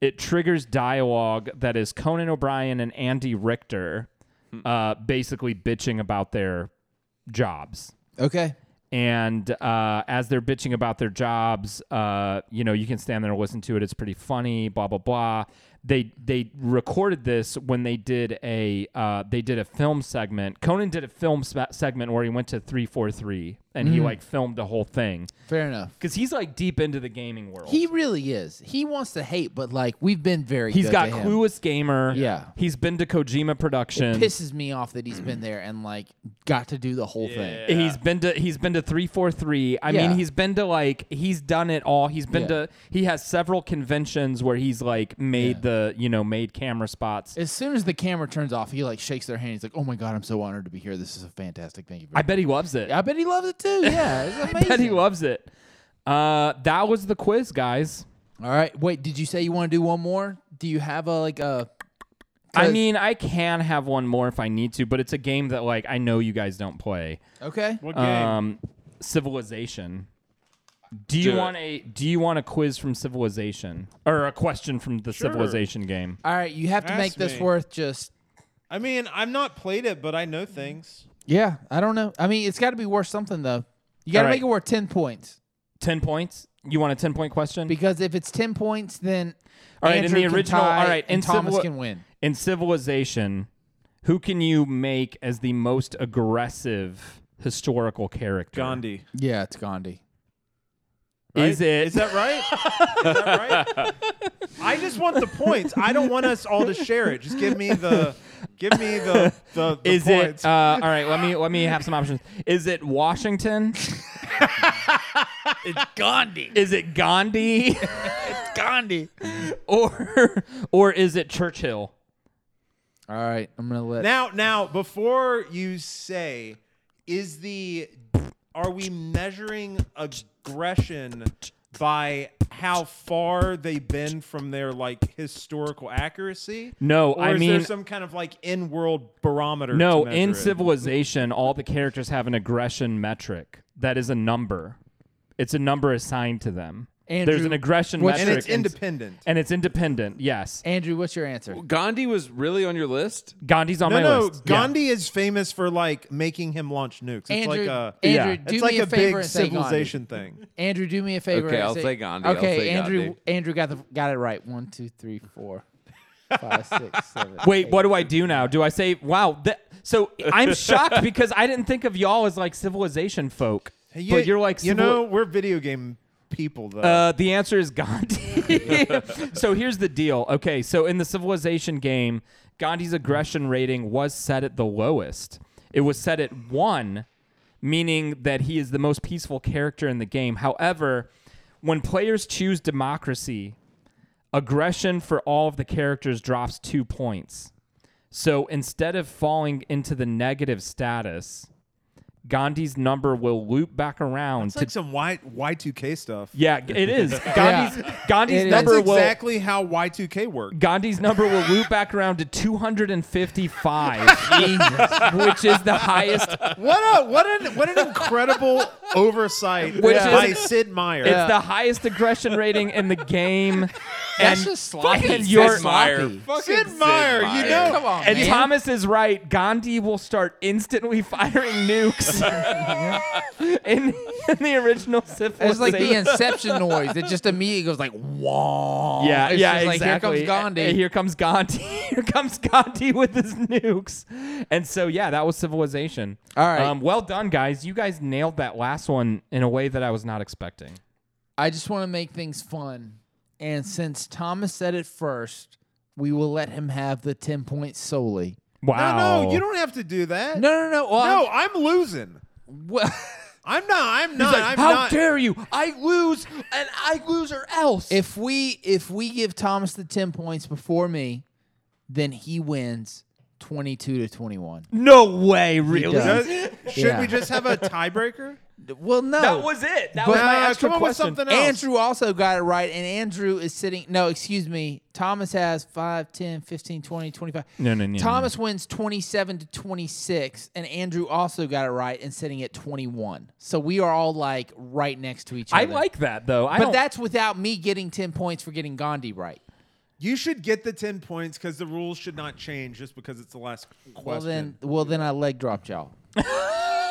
Speaker 1: it triggers dialogue that is Conan O'Brien and Andy Richter, uh, basically bitching about their jobs.
Speaker 2: okay.
Speaker 1: and uh, as they're bitching about their jobs, uh, you know, you can stand there and listen to it. It's pretty funny. Blah blah blah. They they recorded this when they did a uh, they did a film segment. Conan did a film spe- segment where he went to three four three and
Speaker 2: Mm.
Speaker 1: he like filmed the whole thing
Speaker 2: Fair enough.
Speaker 1: because he's like deep into the gaming world.
Speaker 2: He really is. He wants to hate, but like we've been very.
Speaker 1: He's
Speaker 2: good
Speaker 1: got
Speaker 2: to him.
Speaker 1: Clueless Gamer.
Speaker 2: Yeah.
Speaker 1: He's been to Kojima Productions.
Speaker 2: Pisses me off that he's been there and like got to do the whole thing.
Speaker 1: He's been to he's been to 343. I
Speaker 2: Yeah.
Speaker 1: mean, he's been to like he's done it all. He's been
Speaker 2: Yeah.
Speaker 1: to he has several conventions where he's like made the, you know, made camera spots.
Speaker 2: As soon as the camera turns off, he like shakes their hand. He's like, "Oh my god, I'm so honored to be here. This is a fantastic. Thank you." Very
Speaker 1: I bet he loves it.
Speaker 2: much." I bet he loves it too. Yeah, it's amazing.
Speaker 1: I bet he loves it. Uh that was the quiz, guys.
Speaker 2: All right, wait. Did you say you want to do one more? Do you have a like a?
Speaker 1: I
Speaker 2: 'Cause-
Speaker 1: mean, I can have one more if I need to, but it's a game that like I know you guys don't play.
Speaker 2: Okay.
Speaker 3: What game?
Speaker 1: Um Civilization. Do you
Speaker 4: Do it.
Speaker 1: want a do you want a quiz from Civilization or a question from the
Speaker 3: Sure.
Speaker 1: Civilization game?
Speaker 2: All right, you have to make
Speaker 3: Ask
Speaker 2: this
Speaker 3: me.
Speaker 2: worth just.
Speaker 3: I mean, I've not played it, but I know things.
Speaker 2: Yeah, I don't know. I mean, it's got to be worth something though. You got
Speaker 1: All
Speaker 2: to
Speaker 1: right.
Speaker 2: make it worth ten points
Speaker 1: 10 points? You want a 10 point question?
Speaker 2: because if it's ten points, then
Speaker 1: All right, in
Speaker 2: Andrew
Speaker 1: the
Speaker 2: can
Speaker 1: original-
Speaker 2: tie
Speaker 1: all right,
Speaker 2: and
Speaker 1: in
Speaker 2: Thomas
Speaker 1: civil-
Speaker 2: can win.
Speaker 1: in Civilization, who can you make as the most aggressive historical character?
Speaker 3: Gandhi.
Speaker 2: Yeah, it's Gandhi.
Speaker 1: Is
Speaker 3: right?
Speaker 1: it?
Speaker 3: Is that right? Is that right? I just want the points. I don't want us all to share it. Just give me the give me the the, the
Speaker 1: is
Speaker 3: points.
Speaker 1: it uh, all right? Let me let me have some options. Is it Washington? it's Gandhi. Is it Gandhi,
Speaker 2: Gandhi.
Speaker 1: or or is it Churchill?
Speaker 2: All right, I'm gonna let.
Speaker 3: now now before you say is the are we measuring aggression by how far they've been from their like historical accuracy?
Speaker 1: No,
Speaker 3: or
Speaker 1: I
Speaker 3: is there
Speaker 1: mean-
Speaker 3: some kind of like in-world barometer?
Speaker 1: No,
Speaker 3: to measure
Speaker 1: in
Speaker 3: it?
Speaker 1: Civilization, all the characters have an aggression metric. That is a number. It's a number assigned to them. There's
Speaker 2: Andrew,
Speaker 1: an aggression
Speaker 2: what's-
Speaker 1: metric,
Speaker 3: and it's
Speaker 1: in-
Speaker 3: independent.
Speaker 1: and it's independent. Yes,
Speaker 2: Andrew, what's your answer?
Speaker 4: Gandhi was really on your list.
Speaker 1: Gandhi's on
Speaker 3: No,
Speaker 1: my
Speaker 3: no.
Speaker 1: list. Yeah.
Speaker 3: Gandhi is famous for like making him launch nukes. It's
Speaker 2: Andrew,
Speaker 3: like a
Speaker 2: Andrew,
Speaker 1: Yeah.
Speaker 2: do
Speaker 3: it's
Speaker 2: me
Speaker 3: like
Speaker 2: a,
Speaker 3: a
Speaker 2: favor
Speaker 3: big
Speaker 2: and say Gandhi.
Speaker 3: civilization thing.
Speaker 2: Andrew, do me a favor.
Speaker 4: Okay,
Speaker 2: and
Speaker 4: I'll say Gandhi, I'll
Speaker 2: Okay,
Speaker 4: say
Speaker 2: Andrew,
Speaker 4: Gandhi.
Speaker 2: Andrew got the got it right. One, two, three, four, five, six, seven.
Speaker 1: Wait, what do I do now? Do I say, "Wow"? That, so I'm shocked because I didn't think of y'all as like Civilization folk,
Speaker 3: You-
Speaker 1: but you're like,
Speaker 3: you
Speaker 1: civil-
Speaker 3: know, we're video game people though.
Speaker 1: Uh, the answer is Gandhi. so here's the deal. Okay, so in the Civilization game, Gandhi's aggression rating was set at the lowest. It was set at one, meaning that he is the most peaceful character in the game. However, when players choose democracy, aggression for all of the characters drops two points. So instead of falling into the negative status, Gandhi's number will loop back around
Speaker 3: it's
Speaker 1: to
Speaker 3: like some Y Y two K stuff.
Speaker 1: yeah, g- it is. Gandhi's Gandhi's
Speaker 2: It is.
Speaker 3: That's
Speaker 1: number will
Speaker 3: exactly how Y two K worked.
Speaker 1: Gandhi's number will loop back around to 255, which is the highest.
Speaker 3: What a what an what an incredible oversight
Speaker 1: Which
Speaker 3: by
Speaker 1: is-
Speaker 3: Sid Meier.
Speaker 1: It's the highest aggression rating in the game.
Speaker 2: That's
Speaker 1: and,
Speaker 2: just sloppy.
Speaker 1: And,
Speaker 2: That's
Speaker 1: your-
Speaker 4: Meyer.
Speaker 2: sloppy.
Speaker 4: Fucking
Speaker 3: Sid Meier, you know-
Speaker 2: Come on,
Speaker 1: and
Speaker 2: man.
Speaker 1: Thomas is right. Gandhi will start instantly firing nukes in, in the original civilization.
Speaker 2: It's like the Inception noise. It just immediately goes like, "Wah!"
Speaker 1: Yeah,
Speaker 2: It's
Speaker 1: yeah,
Speaker 2: just like,
Speaker 1: exactly.
Speaker 2: Here comes Gandhi.
Speaker 1: Uh, Here comes Gandhi. here comes Gandhi with his nukes. And so, yeah, that was Civilization.
Speaker 2: All right.
Speaker 1: Um, well done, guys. You guys nailed that last one in a way that I was not expecting.
Speaker 2: I just want to make things fun. And since Thomas said it first, we will let him have the ten points solely.
Speaker 1: Wow.
Speaker 3: no, no, you don't have to do that.
Speaker 2: No, no, no. Well,
Speaker 3: no, I'm losing.
Speaker 2: I'm- well,
Speaker 3: I'm not. I'm not. I'm
Speaker 1: How
Speaker 3: not.
Speaker 1: dare you? I lose, and I lose or else.
Speaker 2: if we if we give Thomas the ten points before me, then he wins twenty two to twenty one.
Speaker 1: no way, really.
Speaker 2: does.
Speaker 3: Does- should
Speaker 2: Yeah.
Speaker 3: we just have a tiebreaker?
Speaker 2: Well, no,
Speaker 1: That was it. That
Speaker 2: But-
Speaker 1: was my
Speaker 3: Nah,
Speaker 1: extra
Speaker 3: come up with
Speaker 1: question.
Speaker 3: something else.
Speaker 2: Andrew also got it right, and Andrew is sitting. No, excuse me. Thomas has 5, 10, 15, 20, 25.
Speaker 1: No, no, no, no.
Speaker 2: Thomas wins 27 to 26, and Andrew also got it right and sitting at 21. So we are all like right next to each other.
Speaker 1: I like that though. I
Speaker 2: But
Speaker 1: don't-
Speaker 2: that's without me getting 10 points for getting Gandhi right.
Speaker 3: You should get the ten points because the rules should not change just because it's the last question.
Speaker 2: Well then, well, then I leg dropped y'all.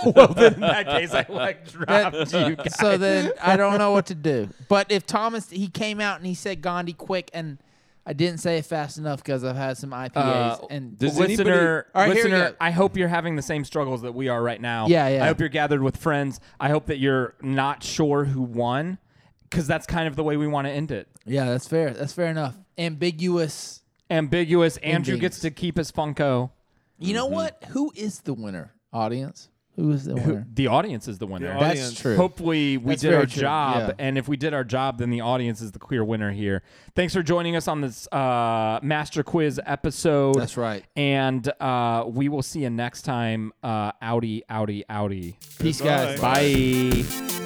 Speaker 1: well, then in that case, I like dropped you guys.
Speaker 2: So then I don't know what to do. But if Thomas, he came out and he said Gandhi quick, and I didn't say it fast enough because I've had some IPAs
Speaker 1: Uh,
Speaker 2: and
Speaker 4: does it- anybody-
Speaker 1: listener,
Speaker 2: All right, here we
Speaker 1: listener,
Speaker 2: go.
Speaker 1: I hope you're having the same struggles that we are right now.
Speaker 2: Yeah, yeah.
Speaker 1: I hope you're gathered with friends. I hope that you're not sure who won, because that's kind of the way we want to end it.
Speaker 2: yeah, that's fair. That's fair enough. Ambiguous.
Speaker 1: Ambiguous. Andrew
Speaker 2: Endings.
Speaker 1: gets to keep his Funko.
Speaker 2: You
Speaker 1: Mm-hmm.
Speaker 2: know what? Who is the winner? Audience. Who is the winner?
Speaker 1: The audience is the winner.
Speaker 3: au-
Speaker 2: That's
Speaker 3: Audience.
Speaker 2: true.
Speaker 1: Hopefully, we
Speaker 2: That's
Speaker 1: did our
Speaker 2: very true,
Speaker 1: job.
Speaker 2: yeah.
Speaker 1: And if we did our job, then the audience is the clear winner here. Thanks for joining us on this uh, Master Quiz episode.
Speaker 2: That's right.
Speaker 1: And uh, we will see you next time. Uh, Audi, Audi, Audi.
Speaker 2: Peace,
Speaker 3: Goodbye.
Speaker 2: guys.
Speaker 1: Bye.